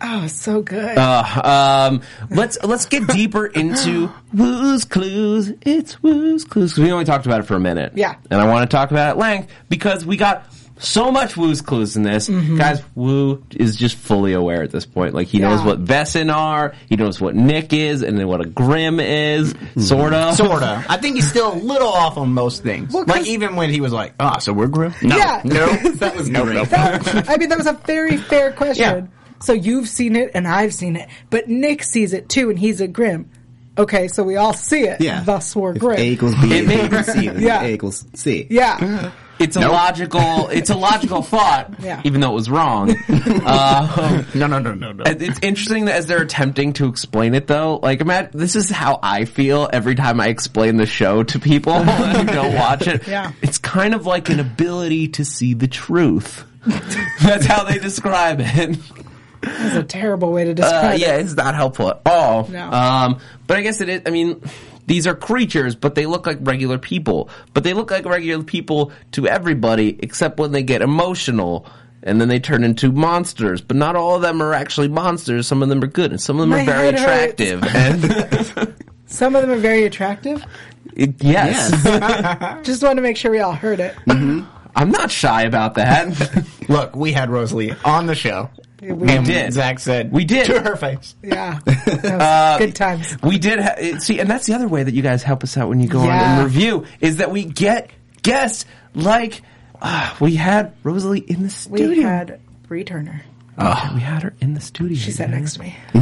Speaker 3: Oh, so good.
Speaker 5: Uh,
Speaker 2: um, let's let's get deeper into Woo's Clues. It's Woo's Clues 'cause we only talked about it for a minute.
Speaker 3: Yeah.
Speaker 2: and I want to talk about it at length because we got so much Woo's Clues in this,
Speaker 3: Mm-hmm.
Speaker 2: guys. Woo is just fully aware at this point. Like he knows
Speaker 3: Yeah.
Speaker 2: what Vessin are, he knows what Nick is, and then what a Grim is,
Speaker 3: Mm-hmm.
Speaker 2: sort of.
Speaker 6: Sort of. I think he's still a little off on most things.
Speaker 3: Well, 'cause-
Speaker 6: like even when he was like, "Ah, so we're grim." No,
Speaker 3: Yeah.
Speaker 6: no, that was no, no.
Speaker 3: That- I mean, that was a very fair question. So you've seen it and I've seen it, but Nick sees it too, and he's a grim. Okay, so we all see it.
Speaker 5: Yeah.
Speaker 3: Thus, we're
Speaker 5: If
Speaker 3: grim.
Speaker 5: A equals B
Speaker 2: It may-
Speaker 5: equals C. then
Speaker 3: Yeah.
Speaker 5: A equals C.
Speaker 3: yeah.
Speaker 2: It's a logical. It's a logical thought,
Speaker 3: Yeah.
Speaker 2: even though it was wrong. Uh,
Speaker 6: no, no, no, no, no.
Speaker 2: And it's interesting that as they're attempting to explain it though, like imagine this is how I feel every time I explain the show to people who don't watch it.
Speaker 3: Yeah.
Speaker 2: It's kind of like an ability to see the truth. That's how they describe it.
Speaker 3: That's a terrible way to
Speaker 2: Uh,
Speaker 3: describe
Speaker 2: yeah,
Speaker 3: it.
Speaker 2: it's not helpful at all.
Speaker 3: No.
Speaker 2: Um, but I guess it is. I mean, these are creatures, but they look like regular people. But they look like regular people to everybody, except when they get emotional. And then they turn into monsters, but not all of them are actually monsters. Some of them are good, and some of them
Speaker 3: My
Speaker 2: are very
Speaker 3: head hurts.
Speaker 2: attractive. And
Speaker 3: Some of them are very attractive.
Speaker 2: it- yes,
Speaker 3: Just wanted to make sure we all heard it.
Speaker 5: Mm-hmm.
Speaker 2: I'm not shy about that.
Speaker 6: Look, we had Rosalie on the show.
Speaker 3: We
Speaker 6: and
Speaker 2: did.
Speaker 6: Zach said
Speaker 2: We did.
Speaker 6: to her face.
Speaker 3: Yeah. That was
Speaker 2: Uh,
Speaker 3: good times.
Speaker 2: We did ha- it- see, and that's the other way that you guys help us out when you go on
Speaker 3: Yeah.
Speaker 2: and review is that we get guests like uh, we had Rosalie in the
Speaker 3: We
Speaker 2: studio.
Speaker 3: had Bree Turner.
Speaker 2: Okay, we had her in the studio.
Speaker 3: She sat next to me.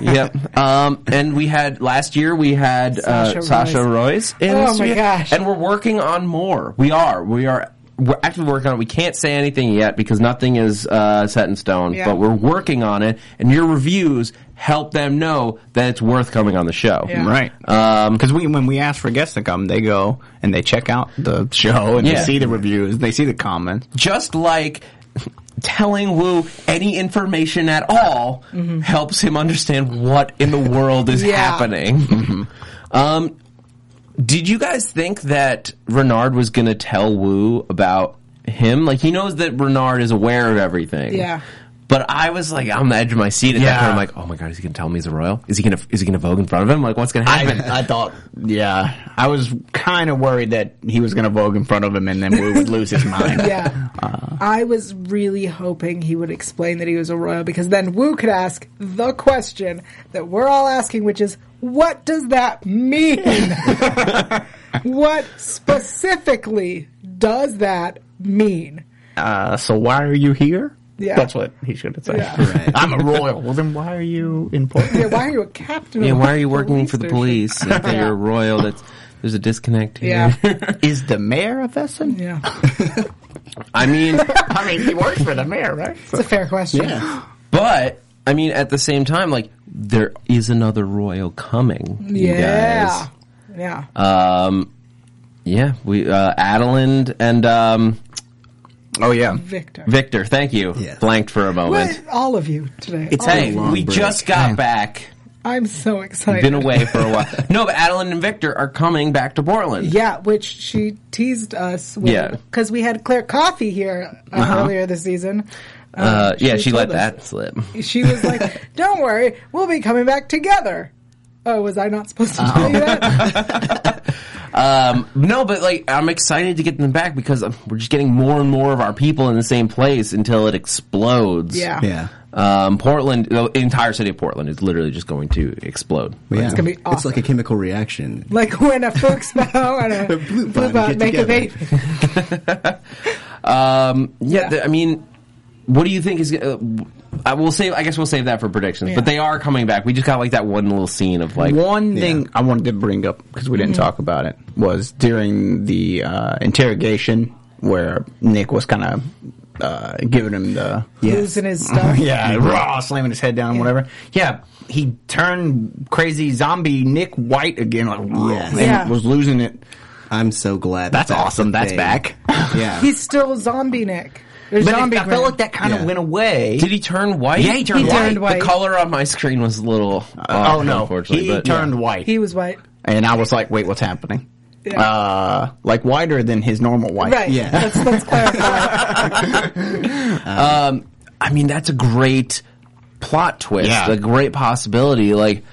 Speaker 2: Yep. Um, and we had last year we had Sasha, uh,
Speaker 3: Sasha
Speaker 2: Sasha Royce. in the
Speaker 3: Oh my
Speaker 2: studio.
Speaker 3: gosh.
Speaker 2: And we're working on more. We are. We are. We're actively working on it. We can't say anything yet because nothing is uh, set in stone.
Speaker 3: Yeah.
Speaker 2: But we're working on it, and your reviews help them know that it's worth coming on the show.
Speaker 3: Yeah.
Speaker 6: Right. Because we, when we ask for guests to come, they go and they check out the show and
Speaker 2: Yeah.
Speaker 6: they see the reviews, they see the comments.
Speaker 2: Just like telling Wu any information at all helps him understand what in the world is
Speaker 3: Yeah.
Speaker 2: happening. Um, did you guys think that Renard was going to tell Wu about him? Like he knows that Renard is aware of everything.
Speaker 3: Yeah.
Speaker 2: But I was like on the edge of my seat at that
Speaker 6: Yeah.
Speaker 2: point. I'm like, oh my god, is he going to tell me he's a royal? Is he going to is he going to vogue in front of him? Like what's going to happen?
Speaker 6: I, I thought, yeah, I was kind of worried that he was going to vogue in front of him and then we would lose his mind.
Speaker 3: Yeah.
Speaker 2: Uh.
Speaker 3: I was really hoping he would explain that he was a royal because then Wu could ask the question that we're all asking, which is, what does that mean? what specifically does that mean?
Speaker 6: Uh, so why are you here?
Speaker 3: Yeah.
Speaker 6: That's what he should have said.
Speaker 3: Yeah.
Speaker 6: I'm a royal. Well, then why are you in
Speaker 3: Yeah,
Speaker 6: Portland?
Speaker 3: why are you a captain?
Speaker 2: Yeah,
Speaker 3: of
Speaker 2: why are
Speaker 3: the
Speaker 2: you working for the
Speaker 3: station?
Speaker 2: police? If
Speaker 3: Yeah.
Speaker 2: you're royal, that's there's a disconnect here.
Speaker 3: Yeah,
Speaker 6: Is the mayor a Vesson?
Speaker 3: yeah.
Speaker 2: I mean,
Speaker 6: I mean, he works for the mayor, right?
Speaker 3: It's a fair question.
Speaker 5: Yeah.
Speaker 2: but I mean, at the same time, like there is another royal coming. you
Speaker 3: Yeah. Yeah.
Speaker 2: guys. Um, yeah, we uh, Adeline and um,
Speaker 6: Oh yeah.
Speaker 3: Victor.
Speaker 2: Victor. Thank you.
Speaker 5: Yes.
Speaker 2: Blanked for a moment.
Speaker 3: What? Oh, All of you today.
Speaker 2: It's
Speaker 3: All of
Speaker 2: hey,
Speaker 3: you.
Speaker 2: we just got back.
Speaker 3: I'm so excited.
Speaker 2: Been away for a while. No, but Adeline and Victor are coming back to Portland.
Speaker 3: Yeah, which she teased us with.
Speaker 2: Yeah.
Speaker 3: Because we had Claire Coffee here uh,
Speaker 6: Uh-huh.
Speaker 3: earlier this season. Um,
Speaker 2: Uh, yeah, she let
Speaker 3: told us-
Speaker 2: that slip.
Speaker 3: She was like, don't worry, we'll be coming back together. Oh, was I not supposed to tell you
Speaker 6: Uh-huh.
Speaker 3: that?
Speaker 2: Um, no, but like I'm excited to get them back because um, we're just getting more and more of our people in the same place until it explodes.
Speaker 3: Yeah.
Speaker 5: Yeah.
Speaker 2: Um, Portland, the entire city of Portland is literally just going to explode.
Speaker 5: Yeah.
Speaker 3: gonna be
Speaker 5: It's
Speaker 3: awesome.
Speaker 5: like a chemical reaction.
Speaker 3: Like when a fox bow and a
Speaker 5: The blue
Speaker 3: blue
Speaker 5: button
Speaker 3: bot
Speaker 5: get
Speaker 3: make a
Speaker 5: together.
Speaker 3: baby.
Speaker 2: Um, yeah, th- I mean, what do you think is? Uh, I will save. I guess we'll save that for predictions. But
Speaker 3: Yeah.
Speaker 2: they are coming back. We just got like that one little scene of like
Speaker 6: One thing I wanted to bring up because we didn't
Speaker 3: Mm-hmm.
Speaker 6: talk about it was during the uh, interrogation where Nick was kind of uh, giving him the
Speaker 3: Losing his stuff.
Speaker 6: yeah raw slamming his head down whatever. Yeah, he turned crazy zombie Nick White again like
Speaker 5: Yes.
Speaker 6: and
Speaker 3: Yeah.
Speaker 6: was losing it.
Speaker 5: I'm so glad.
Speaker 6: That's,
Speaker 5: that
Speaker 6: awesome.
Speaker 5: a
Speaker 6: That's
Speaker 5: thing.
Speaker 6: back.
Speaker 5: Yeah.
Speaker 3: He's still zombie Nick. There's
Speaker 6: But it-
Speaker 3: zombie
Speaker 6: I felt like that kind of
Speaker 5: Yeah.
Speaker 6: went away.
Speaker 2: Did he turn white?
Speaker 6: Yeah, he turned He white.
Speaker 3: turned white.
Speaker 2: The color on my screen was a little. off,
Speaker 6: oh no,
Speaker 2: Unfortunately,
Speaker 6: he
Speaker 2: but,
Speaker 6: turned white,
Speaker 3: He was white.
Speaker 6: and I was like, wait, what's happening?
Speaker 3: Yeah.
Speaker 6: Uh, like whiter than his normal white.
Speaker 3: right.
Speaker 5: yeah.
Speaker 3: Let's, let's clarify.
Speaker 2: I mean, that's a great plot twist.
Speaker 6: Yeah.
Speaker 2: A great possibility. Like,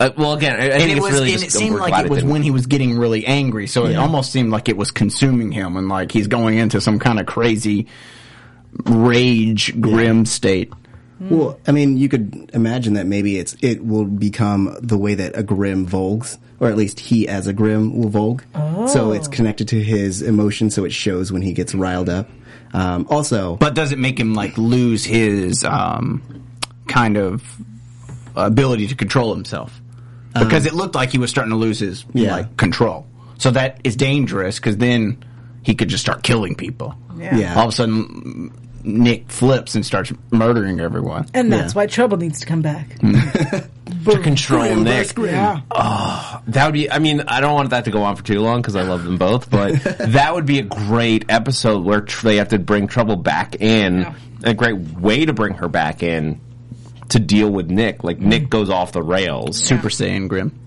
Speaker 2: uh, well, again, I, I
Speaker 6: and
Speaker 2: think
Speaker 6: it
Speaker 2: it's
Speaker 6: was,
Speaker 2: really
Speaker 6: and
Speaker 2: just
Speaker 6: it seemed
Speaker 2: we're
Speaker 6: like
Speaker 2: glad
Speaker 6: it was
Speaker 2: didn't.
Speaker 6: when he was getting really angry. So it almost seemed like it was consuming him, and like he's going into some kind of crazy rage, grim state.
Speaker 5: Well, I mean, you could imagine that maybe it's it will become the way that a Grim vogues, or at least he as a Grim will vogue. So it's connected to his emotion, so it shows when he gets riled up. Um, also,
Speaker 6: But does it make him like lose his um, kind of ability to control himself? Because it looked like he was starting to lose his
Speaker 5: Yeah.
Speaker 6: like control. So that is dangerous because then he could just start killing people.
Speaker 3: Yeah.
Speaker 5: Yeah.
Speaker 6: All of a sudden, Nick flips and starts murdering everyone.
Speaker 3: And that's
Speaker 5: Yeah.
Speaker 3: why Trouble needs to come back.
Speaker 2: to control Nick.
Speaker 3: Yeah.
Speaker 2: That would be. I mean, I don't want that to go on for too long because I love them both. But that would be a great episode where tr- they have to bring Trouble back in.
Speaker 3: Yeah.
Speaker 2: A great way to bring her back in to deal with Nick. Like Nick goes off the rails.
Speaker 6: Super Saiyan Grim.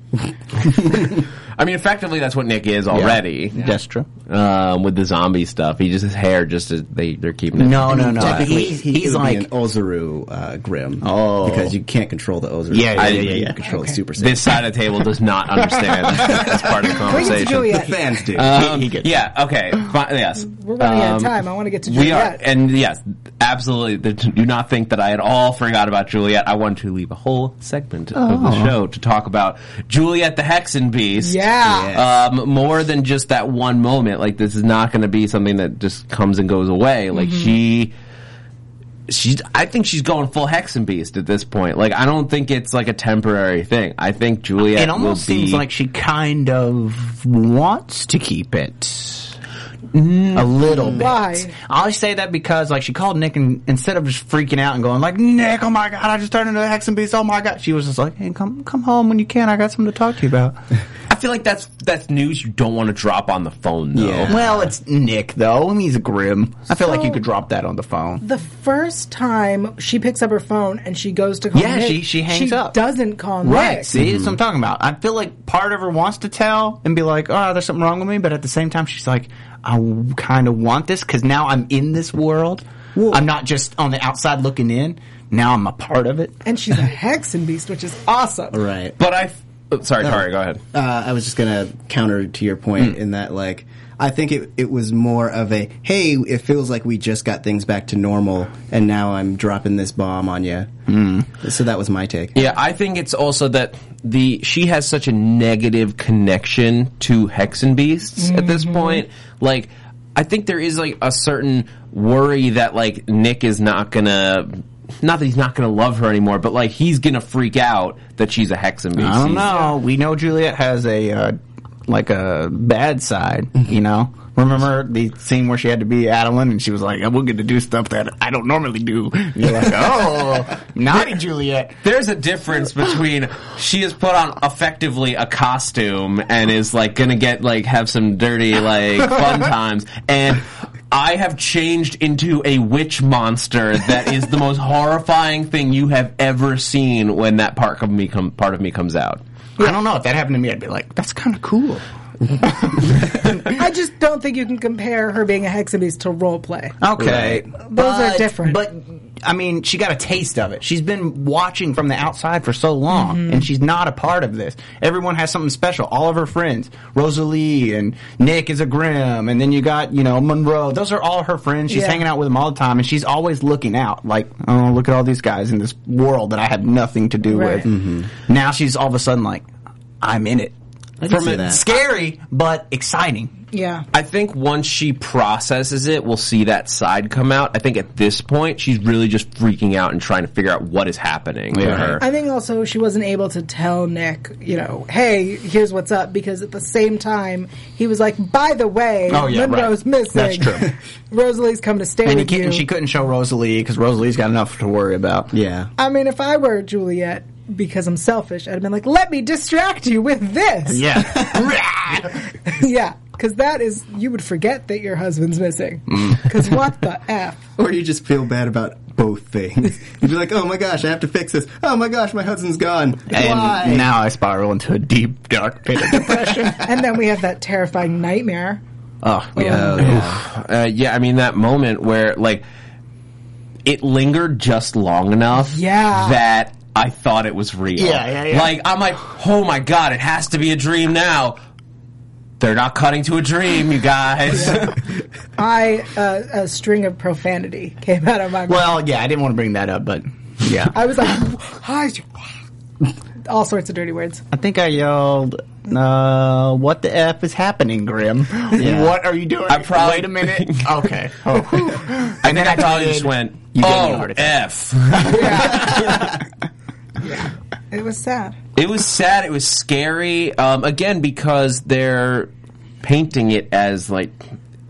Speaker 2: I mean, effectively, that's what Nick is already.
Speaker 6: Destra.
Speaker 2: Um, with the zombie stuff, he just his hair just is, they they're keeping it.
Speaker 6: No, no, no.
Speaker 5: technically,
Speaker 6: He's,
Speaker 5: he
Speaker 6: he's
Speaker 5: would
Speaker 6: like,
Speaker 5: be an Ozaru uh, Grim.
Speaker 6: Oh.
Speaker 5: because you can't control the Ozaru.
Speaker 6: Yeah, yeah,
Speaker 5: I-
Speaker 6: yeah,
Speaker 5: you
Speaker 6: yeah,
Speaker 5: can
Speaker 6: yeah.
Speaker 5: control the Super Saiyan.
Speaker 2: this side of the table does not understand this part of the
Speaker 3: Bring it to
Speaker 2: conversation.
Speaker 5: the
Speaker 3: Juliet.
Speaker 5: fans do.
Speaker 6: Uh,
Speaker 2: Um,
Speaker 6: he gets
Speaker 2: yeah. Okay. Fi- yes.
Speaker 3: We're running
Speaker 6: Um,
Speaker 3: out of time. I want to get to
Speaker 2: We are,
Speaker 3: Juliet.
Speaker 2: and yes, absolutely. th- Do not think that I at all forgot about Juliet. I want to leave a whole segment of the show to talk about Juliet the Hexen Beast.
Speaker 3: Yeah.
Speaker 2: Um, more than just that one moment. Like this is not going to be something that just comes and goes away. Like she. She's. I think she's going full Hexen Beast at this point. Like I don't think it's like a temporary thing. I think Juliet.
Speaker 6: It almost
Speaker 2: will be,
Speaker 6: seems like she kind of wants to keep it. A little bit.
Speaker 3: Why?
Speaker 6: I only say that because, like, she called Nick and instead of just freaking out and going like, "Nick, oh my god, I just turned into a hex and beast, oh my god," she was just like, "Hey, come, come home when you can. I got something to talk to you about."
Speaker 2: I feel like that's that's news you don't want to drop on the phone though.
Speaker 5: Yeah.
Speaker 6: well, it's Nick though. I mean, he's a grim. I feel like you could drop that on the phone.
Speaker 3: the first time she picks up her phone and she goes to call
Speaker 6: Yeah,
Speaker 3: Nick,
Speaker 6: she- she hangs up.
Speaker 3: doesn't call
Speaker 6: Right.
Speaker 3: Nick.
Speaker 6: See, that's what I'm talking about. I feel like part of her wants to tell and be like, oh, there's something wrong with me. But at the same time, she's like, I kind of want this because now I'm in this world. I'm not just on the outside looking in. Now I'm a part of it.
Speaker 3: And she's a hexen beast, which is awesome.
Speaker 5: right.
Speaker 2: But I. f- oh, sorry, sorry. Go ahead.
Speaker 5: uh, I was just gonna counter to your point in that like I think it it was more of a hey it feels like we just got things back to normal and now I'm dropping this bomb on you mm. so that was my take
Speaker 2: Yeah, I think it's also that the she has such a negative connection to hexen beasts at this point. Like, I think there is like a certain worry that like Nick is not gonna. Not that he's not gonna love her anymore, but like he's gonna freak out that she's a hex and
Speaker 6: I don't
Speaker 3: uh,
Speaker 6: know. We know Juliet has a uh, like a bad side.
Speaker 3: Mm-hmm.
Speaker 6: You know, remember the scene where she had to be Adeline and she was like, "I will get to do stuff that I don't normally do." And You're like, "Oh, naughty Juliet."
Speaker 2: There's a difference between she has put on effectively a costume and is like gonna get like have some dirty like fun times and I have changed into a witch monster that is the most horrifying thing you have ever seen when that part of me come part of me comes out.
Speaker 6: I don't know if that happened to me. I'd be like, "That's kind of cool."
Speaker 3: I just don't think you can compare her being a hex and beast to role play.
Speaker 6: Um, Okay,
Speaker 3: Those are different.
Speaker 6: But I mean, she got a taste of it. She's been watching from the outside for so long,
Speaker 3: Mm-hmm.
Speaker 6: and she's not a part of this. Everyone has something special. All of her friends, Rosalie and Nick is a Grim, and then you got you know Monroe. Those are all her friends. She's
Speaker 3: Yeah.
Speaker 6: hanging out with them all the time, and she's always looking out. Like, oh, look at all these guys in this world that I have nothing to do
Speaker 3: Right.
Speaker 6: with. Now she's all of a sudden like, I'm in it. From
Speaker 5: see
Speaker 6: it,
Speaker 5: that.
Speaker 6: scary but exciting.
Speaker 3: Yeah.
Speaker 2: I think once she processes it, we'll see that side come out. I think at this point, she's really just freaking out and trying to figure out what is happening to her.
Speaker 3: I think also she wasn't able to tell Nick, you know, hey, here's what's up, because at the same time he was like, by the way,
Speaker 6: Oh, yeah,
Speaker 3: Monroe's
Speaker 6: right.
Speaker 3: missing.
Speaker 6: That's true.
Speaker 3: Rosalie's come to stay
Speaker 6: And, he
Speaker 3: with
Speaker 6: can't,
Speaker 3: you.
Speaker 6: and she couldn't show Rosalie because Rosalie's got enough to worry about.
Speaker 5: Yeah.
Speaker 3: I mean, if I were Juliet, because I'm selfish, I'd have been like, let me distract you with this.
Speaker 6: Yeah.
Speaker 3: yeah. Because that is, you would forget that your husband's missing. Because what the F?
Speaker 5: Or you just feel bad about both things. You'd be like, oh my gosh, I have to fix this. Oh my gosh, my husband's gone.
Speaker 6: and
Speaker 5: Why?
Speaker 6: now I spiral into a deep, dark pit of depression.
Speaker 3: And then we have that terrifying nightmare.
Speaker 6: oh, yeah.
Speaker 5: Oh, yeah.
Speaker 2: uh, yeah, I mean that moment where like it lingered just long enough
Speaker 3: Yeah.
Speaker 2: that I thought it was real.
Speaker 6: Yeah, yeah, yeah.
Speaker 2: Like I'm like, oh my god, it has to be a dream now. They're not cutting to a dream, you guys.
Speaker 3: I, uh, a string of profanity came out of my mouth.
Speaker 6: Well, yeah, I didn't want to bring that up, but yeah.
Speaker 3: I was like, hi. All sorts of dirty words.
Speaker 6: I think I yelled, uh, what the F is happening, Grim? What are you doing?
Speaker 2: I probably-
Speaker 6: Wait a minute. Okay. Oh. and then I
Speaker 2: Probably
Speaker 6: did-
Speaker 2: just went.
Speaker 6: You gave me a
Speaker 2: oh,
Speaker 6: heart attack.
Speaker 2: f.
Speaker 3: It was sad.
Speaker 2: It was sad. It was scary. Um, again, because they're painting it as like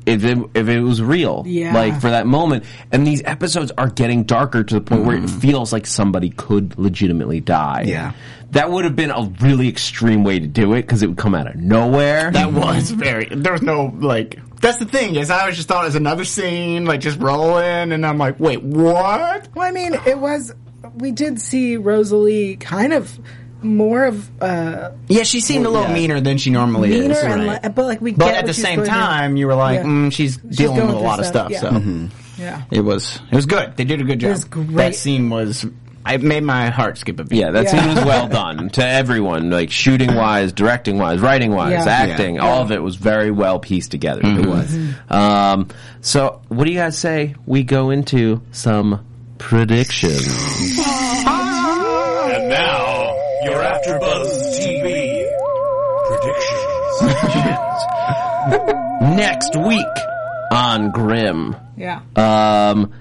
Speaker 2: if it, if it was real,
Speaker 3: Yeah.
Speaker 2: like for that moment. And these episodes are getting darker to the point where it feels like somebody could legitimately die.
Speaker 5: Yeah.
Speaker 2: that would have been a really extreme way to do it because it would come out of nowhere.
Speaker 6: That was very. There was no like. That's the thing is, I always just thought it was another scene, like just rolling, and I'm like, wait, what?
Speaker 3: Well, I mean, it was. We did see Rosalie kind of more of uh,
Speaker 6: Yeah, she seemed a little
Speaker 5: yeah.
Speaker 6: meaner than she normally
Speaker 3: meaner,
Speaker 6: is.
Speaker 3: and
Speaker 6: right.
Speaker 3: le- but like we.
Speaker 6: But
Speaker 3: get
Speaker 6: at
Speaker 3: what
Speaker 6: the
Speaker 3: she's
Speaker 6: same
Speaker 3: going through.
Speaker 6: time, you were like,
Speaker 3: Yeah.
Speaker 6: mm, she's, dealing
Speaker 3: going
Speaker 6: with a
Speaker 3: through
Speaker 6: lot of
Speaker 3: stuff,
Speaker 6: stuff.
Speaker 3: yeah.
Speaker 6: So
Speaker 3: yeah.
Speaker 6: it was it was good. They did a good job.
Speaker 3: was great.
Speaker 6: That scene was. I made my heart skip a beat.
Speaker 2: yeah, that
Speaker 3: Yeah.
Speaker 2: scene was well done to everyone, like shooting wise, directing wise, writing wise,
Speaker 3: Yeah.
Speaker 2: acting.
Speaker 5: Yeah.
Speaker 2: All of it was very well pieced together. It was. Um, so, what do you guys say we go into some predictions?
Speaker 4: And now, your AfterBuzz TV predictions.
Speaker 2: Next week on Grimm,
Speaker 3: Yeah.
Speaker 2: um,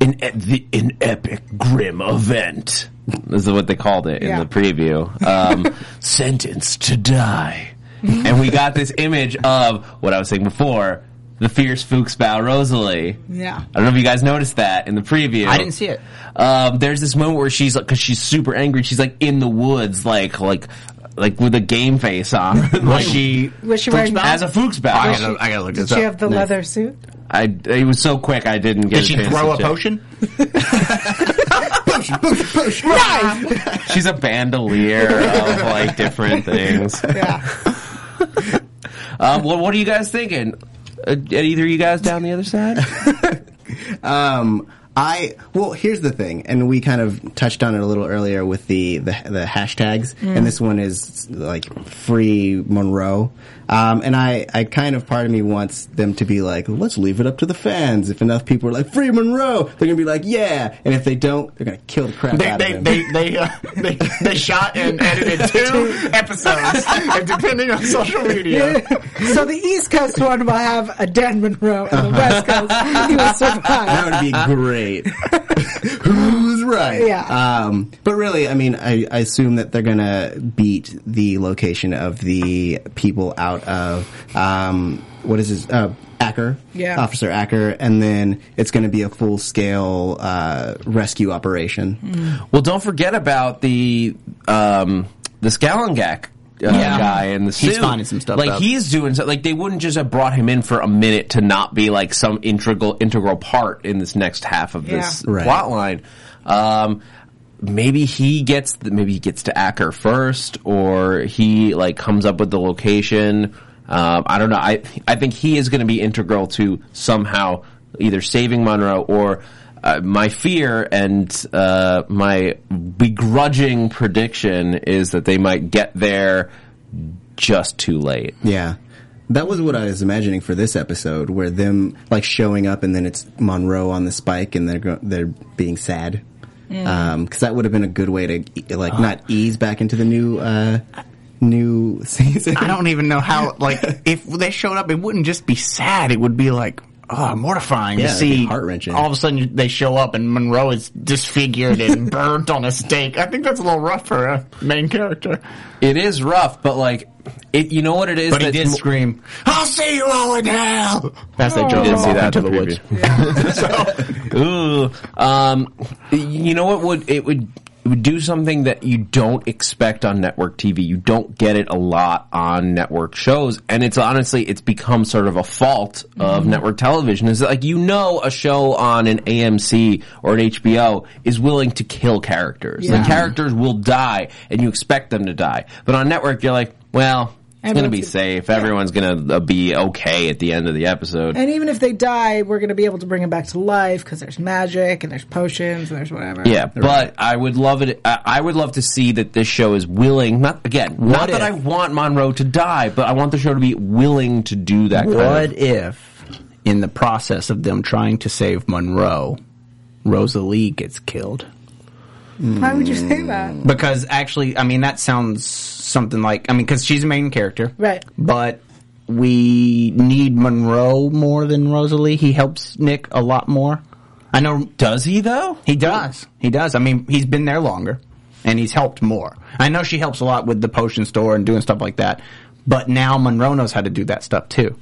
Speaker 2: an, e- the, an epic Grim event. This is what they called it in
Speaker 3: Yeah.
Speaker 2: the preview. Um, sentenced to die. and we got this image of what I was saying before, the fierce Fuchsbow Rosalie.
Speaker 3: yeah.
Speaker 2: I don't know if you guys noticed that in the preview.
Speaker 6: I didn't see it.
Speaker 2: Um, there's this moment where she's like, cause she's super angry. She's like in the woods, like, like, like with a game face on. like she,
Speaker 3: Was she wearing?
Speaker 2: as a Fuchsbow. I,
Speaker 6: gotta- I gotta look
Speaker 3: did
Speaker 6: this
Speaker 3: she
Speaker 6: up.
Speaker 3: have the leather suit?
Speaker 2: it was so quick I didn't get
Speaker 6: Did
Speaker 2: a
Speaker 6: she
Speaker 2: chance
Speaker 6: throw
Speaker 2: to
Speaker 6: a
Speaker 2: check.
Speaker 6: potion?
Speaker 2: She's a bandolier of like different things.
Speaker 3: Yeah.
Speaker 2: Um, what, what are you guys thinking? Uh, either of you guys down the other side?
Speaker 5: Um, I well, here's the thing, and we kind of touched on it a little earlier with the the, the hashtags, and this one is like free Monroe, um, and I I kind of part of me wants them to be like, let's leave it up to the fans. If enough people are like free Monroe, they're gonna be like, yeah, and if they don't, they're gonna kill the crap
Speaker 6: They
Speaker 5: out
Speaker 6: they
Speaker 5: of him.
Speaker 6: they they, uh, they they shot and edited two episodes, and depending on social media,
Speaker 3: so the East Coast one will have a Dan Monroe, and the West Coast he will survive.
Speaker 5: that would be great. Who's right?
Speaker 3: Yeah.
Speaker 5: Um, but really, I mean, I, I assume that they're gonna beat the location of the people out of um, what is his uh, Acker,
Speaker 3: Yeah.
Speaker 5: Officer Acker, and then it's gonna be a full scale uh, rescue operation.
Speaker 3: Mm-hmm.
Speaker 2: Well, don't forget about the um, the Scallangak. Uh,
Speaker 6: Yeah.
Speaker 2: guy in the suit.
Speaker 6: He's finding some stuff
Speaker 2: Like
Speaker 6: up.
Speaker 2: he's doing so, like they wouldn't just have brought him in for a minute to not be like some integral integral part in this next half of this
Speaker 3: Yeah.
Speaker 5: Right.
Speaker 2: plot line. Um, maybe he gets the, maybe he gets to Acker first, or he like comes up with the location. Um, I don't know. I I think he is going to be integral to somehow either saving Monroe or. Uh, my fear and uh, my begrudging prediction is that they might get there just too late.
Speaker 5: Yeah. That was what I was imagining for this episode, where them like showing up and then it's Monroe on the spike and they're go- they're being sad, because that would have been a good way to e- like not ease back into the new uh, new season.
Speaker 6: I don't even know how. Like, if they showed up, it wouldn't just be sad; it would be like. Oh, mortifying
Speaker 5: Yeah,
Speaker 6: to
Speaker 5: it'd be
Speaker 6: see.
Speaker 5: heart-wrenching.
Speaker 6: All of a sudden, you- they show up and Monroe is disfigured and burnt on a stake. I think that's a little rough for a main character.
Speaker 2: It is rough, but like, it, you know what it is.
Speaker 6: But he
Speaker 2: that's
Speaker 6: did
Speaker 2: mo-
Speaker 6: scream, "I'll see you all in hell." That's they
Speaker 2: You
Speaker 6: drove
Speaker 2: didn't
Speaker 6: him
Speaker 2: see
Speaker 6: off
Speaker 2: that
Speaker 6: into
Speaker 2: in
Speaker 6: the,
Speaker 2: Oh. the
Speaker 6: woods.
Speaker 2: Ooh. Um, you know what would it would it would do something that you don't expect on network TV. You don't get it a lot on network shows, and it's honestly it's become sort of a fault of network television. Is that like you know a show on an AMC or an HBO is willing to kill characters.
Speaker 3: Yeah.
Speaker 2: The characters will die, and you expect them to die. But on network, you're like, well. It's going to be
Speaker 3: Everyone's-
Speaker 2: safe. Everyone's going to be okay at the end of the episode.
Speaker 3: And even if they die, we're going to be able to bring them back to life because there's magic and there's potions and there's whatever.
Speaker 2: Yeah, but I would love it. I I would love to see that this show is willing. Not again. not that I want Monroe to die, but I want the show to be willing to do that. Kind
Speaker 7: What
Speaker 2: of,
Speaker 7: if, in the process of them trying to save Monroe, Rosalie gets killed?
Speaker 3: Why would you say that?
Speaker 7: Because actually, I mean, that sounds something like I mean, because she's a main character,
Speaker 3: Right.
Speaker 7: But we need Monroe more than Rosalie. He helps Nick a lot more. I know
Speaker 2: does he though?
Speaker 7: he does. He does. I mean, he's been there longer, and he's helped more. I know she helps a lot with the potion store and doing stuff like that. But now Monroe knows how to do that stuff too.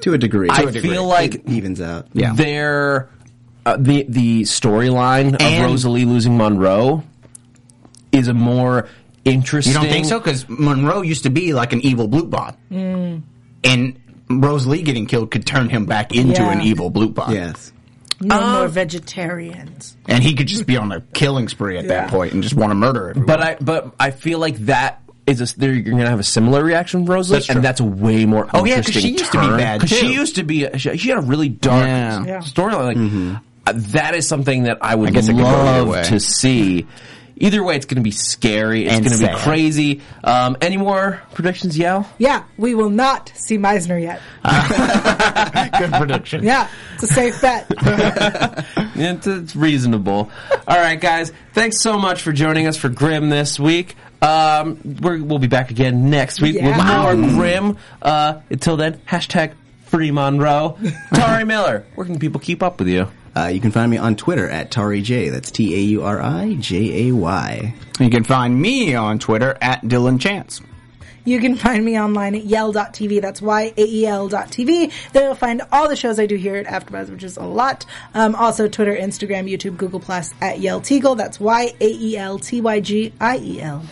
Speaker 5: to a degree,
Speaker 2: I
Speaker 5: To a degree.
Speaker 2: feel like
Speaker 5: it evens out.
Speaker 7: Yeah.
Speaker 2: their uh, the the storyline of
Speaker 7: And-
Speaker 2: Rosalie losing Monroe is a more interesting.
Speaker 7: You don't think so? Because Monroe used to be like an evil blue bot, and Rosalie getting killed could turn him back into
Speaker 3: Yeah.
Speaker 7: an evil blue bot.
Speaker 5: Yes.
Speaker 3: No more vegetarians.
Speaker 7: and he could just be on a killing spree at
Speaker 3: Yeah.
Speaker 7: that point and just want to murder everyone.
Speaker 2: But I but I feel like that is a, s- there- you're gonna have a similar reaction from Rosalie,
Speaker 7: That's true.
Speaker 2: and that's a way more.
Speaker 7: Oh, yeah, 'cause
Speaker 2: interesting
Speaker 7: she used to be bad,
Speaker 2: because she
Speaker 7: too.
Speaker 2: used to be she, she had a really dark
Speaker 7: Yeah. Mm-hmm.
Speaker 3: Yeah.
Speaker 2: storyline. Like uh, that is something that I would
Speaker 7: guess it could go either way.
Speaker 2: love to see. Either way, it's gonna be scary. It's
Speaker 7: And
Speaker 2: gonna
Speaker 7: sad.
Speaker 2: be crazy. Um, any more predictions? Yell.
Speaker 3: Yeah, we will not see Meisner yet.
Speaker 6: Good prediction.
Speaker 3: Yeah, it's a safe bet.
Speaker 2: It's, it's reasonable. All right, guys. Thanks so much for joining us for Grim this week. Um, we're, we'll be back again next week with
Speaker 3: Yeah.
Speaker 2: more Grim. Uh, until then, hashtag Free Monroe. Tari Miller, where can people keep up with you?
Speaker 5: Uh, you can find me on Twitter at Tari J. That's T A U R I J A Y.
Speaker 7: you can find me on Twitter at Dylan Chance.
Speaker 3: You can find me online at yell.tv. That's Y-A-E-L dot TV. There you'll find all the shows I do here at AfterBuzz, which is a lot. Um, also Twitter, Instagram, YouTube, Google Plus at Yell Teagle. That's E Y-A-E-L-T-Y-G-I-E-L.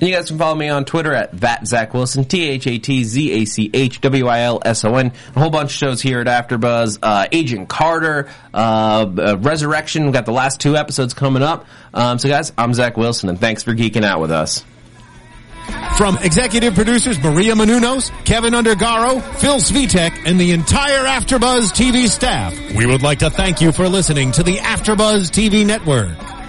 Speaker 2: And you guys can follow me on Twitter at that Zach Wilson, T H A T Z A C H W I L S O N. A whole bunch of shows here at AfterBuzz. Uh, Agent Carter, uh, uh, Resurrection. We've got the last two episodes coming up. Um, so guys, I'm Zach Wilson, and thanks for geeking out with us.
Speaker 8: From executive producers Maria Manunos, Kevin Undergaro, Phil Svitek, and the entire Afterbuzz TV staff, we would like to thank you for listening to the Afterbuzz TV network.